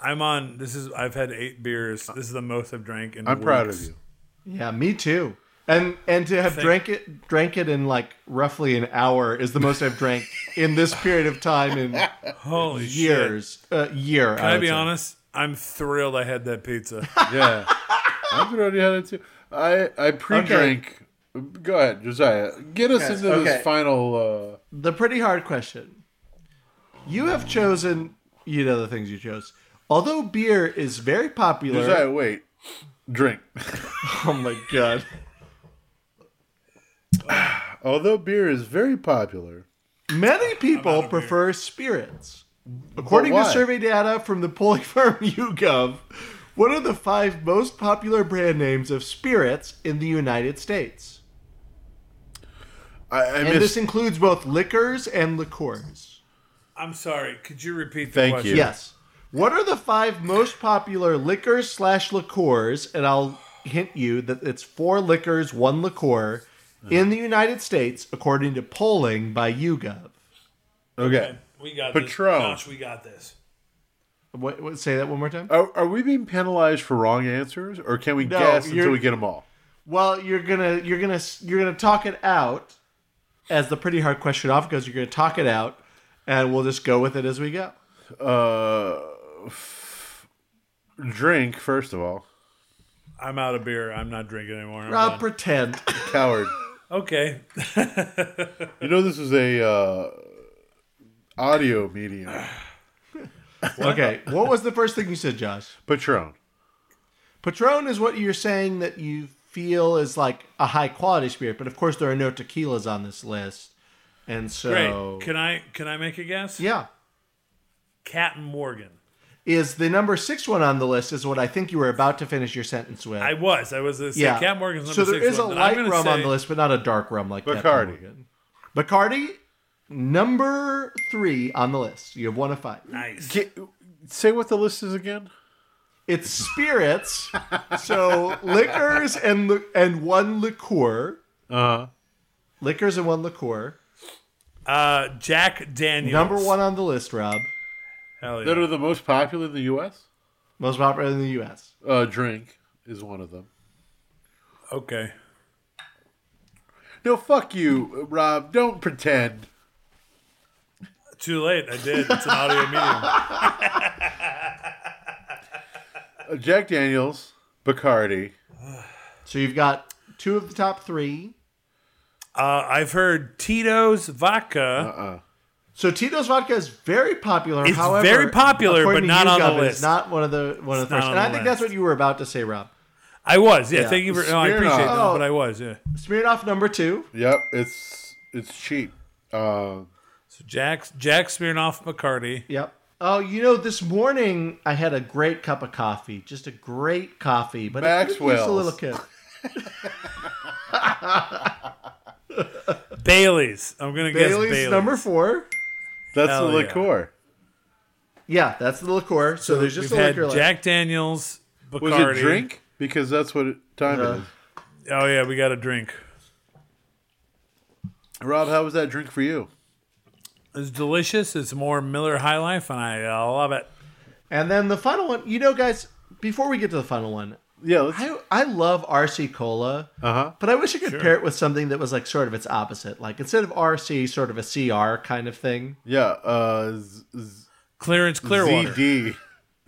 I'm on. This is. I've had eight beers. This is the most I've drank in.
I'm proud of
weeks.
you.
Yeah, me too. And and to have drank it drank it in like roughly an hour is the most I've drank in this period of time in
Holy shit!
years. Uh, year.
Can I,
would
be
say.
honest? I'm thrilled I had that pizza.
Yeah. I've already had it too. I, I pre drank. Go ahead, Josiah. Get us into
okay.
this final. Uh,
The pretty hard question. You have chosen. You know the things you chose. Although beer is very popular.
Josiah, wait. Drink.
Oh my god.
Although beer is very popular,
Many people prefer spirits. According to
why?
survey data from the polling firm YouGov, what are the five most popular brand names of spirits in the United States?
I, I
And
missed.
this includes both liquors and liqueurs.
I'm sorry. Could you repeat the
Thank
question?
you.
Yes. What are the five most popular liquors slash liqueurs? And I'll hint you that it's four liquors, one liqueur in the United States, according to polling by YouGov.
okay.
We got
Patron.
this. Josh, we got this.
What, what, say that one more time.
Are, are we being penalized for wrong answers, or can we
No,
guess
you're-
until we get them all?
Well, you're gonna you're gonna you're gonna talk it out as the pretty hard question off goes. You're gonna talk it out, and we'll just go with it as we go.
Uh, f- drink first of all.
I'm out of beer. I'm not drinking anymore. I'm
Rob,
done.
pretend.
Coward.
okay.
you know this is a uh, audio medium.
okay, what was the first thing you said, Josh?
Patron.
Patron is what you're saying that you feel is like a high quality spirit, but of course there are no tequilas on this list, and
Great.
so
Can I? Can I make a guess?
yeah,
Captain Morgan.
is the number six one on the list is what I think you were about to finish your sentence with.
I was. I was. Gonna say
yeah,
Captain Morgan's number
so there
six
is a
one, but
light
I'm gonna
rum on
say-
the list, but not a dark rum like Captain
Bacardi.
Morgan. Bacardi, number three on the list. You have one of five.
Nice.
Get, say what the list is again.
It's spirits, so liquors and li- and one liqueur. Uh huh. Liquors and one liqueur.
Uh, Jack Daniels.
Number one on the list, Rob.
Hell
That
yeah.
are the most popular in the U.S.
Most popular in the U.S.
Uh, drink is one of them.
Okay.
No, fuck you, Rob. Don't pretend.
Too late. I did. It's an audio medium.
Uh, Jack Daniels, Bacardi.
So you've got two of the top three.
Uh, I've heard Tito's vodka.
Uh-uh. So Tito's vodka is very popular.
It's
However,
very popular,
according
but
to
not on the
YouGov, it is
list.
Not one of the one of the
not
first.
on
And
the
I think that's
list.
what you were about to say, Rob.
I was. Yeah. Thank you for. No, I
Smirnoff.
appreciate that.
Oh.
But I was. Yeah.
Smirnoff number two.
Yep, it's it's cheap. Uh,
So Jack's Jack Smirnoff McCarty.
Yep. Oh, you know, this morning I had a great cup of coffee, just a great coffee, but it could use a
Maxwell's.
little kick.
Bailey's. I'm gonna guess
Bailey's,
Bailey's.
number four.
that's
Hell
the liqueur.
Yeah, that's the liqueur. So, there's just
We've
a
had
liquor. left.
Jack Daniels. Bacardi.
Was it drink? Because that's what it, time
Uh,
it is.
Oh yeah, we got a drink.
Rob, how was that drink for you?
It's delicious. It's more Miller High Life, and I uh, love it.
And then the final one. You know, guys, before we get to the final one,
Yeah, let's,
I I love RC cola, uh-huh. but I wish I could pair it with something that was like sort of its opposite. Like instead of RC, sort of a CR kind of thing.
yeah. Uh, z- z-
Clearance Clearwater.
ZD.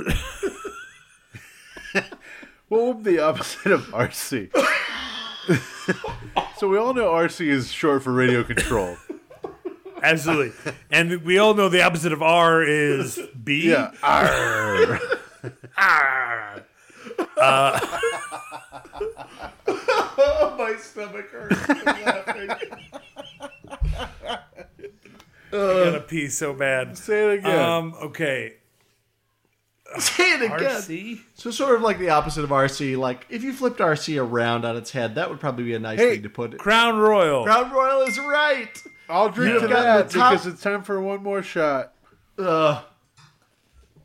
what would be the opposite of RC? so we all know RC is short for radio control.
Absolutely. and we all know the opposite of R is B.
Yeah. Arr.
Oh, my stomach hurts.
I gotta pee so bad.
Say it again.
Um. Okay.
Say it again.
RC.
So sort of like the opposite of RC. Like if you flipped RC around on its head, that would probably be a nice
Hey,
thing to put. it.
Crown Royal.
Crown Royal is right.
I'll drink
You've
to
got
that
the top-
because it's time for one more shot.
Ugh.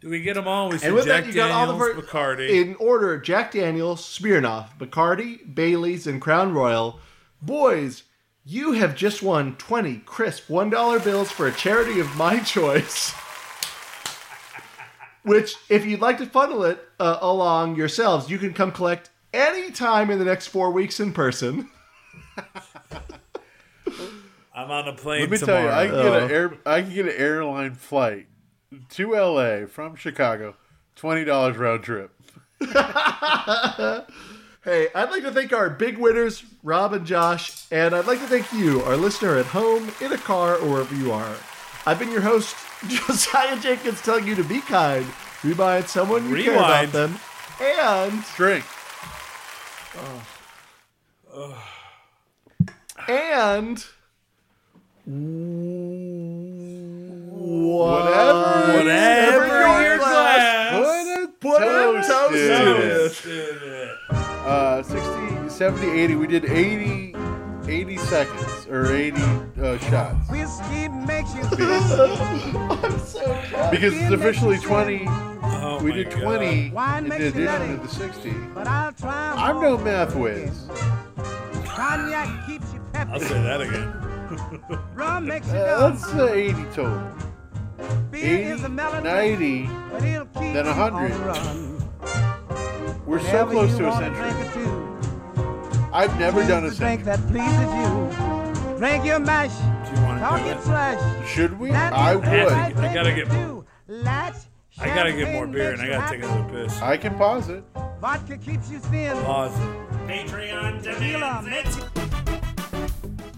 Do we get them all? We said
and with
Jack
that, you got all the
Daniels,
first,
Bacardi.
in order: Jack Daniels, Smirnoff, Bacardi, Bailey's, and Crown Royal. Boys, you have just won twenty crisp one dollar bills for a charity of my choice. Which, if you'd like to funnel it uh, along yourselves, you can come collect any time in the next four weeks in person.
I'm on a plane
Let me
tomorrow.
tell you, I can get an air, I can get an airline flight to L.A. from Chicago, twenty dollars round trip.
Hey, I'd like to thank our big winners, Rob and Josh, and I'd like to thank you, our listener at home, in a car, or wherever you are. I've been your host, Josiah Jenkins, telling you to be kind, rewind someone you care about
Rewind.
them, and
Drink.
and
Whatever.
Whatever
Whatever
your
your
glass.
What
a toast
is.
is.
Uh, 60, 70, 80. We did 80, 80 seconds or 80 uh, shots.
Whiskey makes you feel
Because it's officially 20.
Oh
we
my
did
God.
20
Wine
in
makes you
addition
nutty.
to the 60.
but I'll try more.
I'm no math whiz.
Cognac keeps you
I'll
peppy.
say that again.
Rum makes you
Uh,
dumb.
let's uh, 80 total.
Beer
80,
is a melody,
90.
but it'll keep
then a
you on the
100.
run.
We're so
Whatever
close
you
to a
wanna
century.
drink or two,
I've never
choose
done a
the drink
century.
that pleases you. Drink your mash,
Do you want
talk
to
your
do it?
trash.
Should we?
That
I
is the right
would.
I gotta
thing
get-
to do. Let's
I gotta get more
champagne
beer
makes
and I
you
gotta take
happy.
another Oh. piss.
I can pause it.
Vodka keeps you thin.
Awesome.
Patreon
Tequila makes you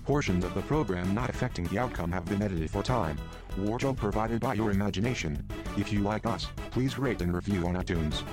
Portions of the program not affecting the outcome have been edited for time. Wardrobe provided by your imagination. If you like us, please rate and review on iTunes.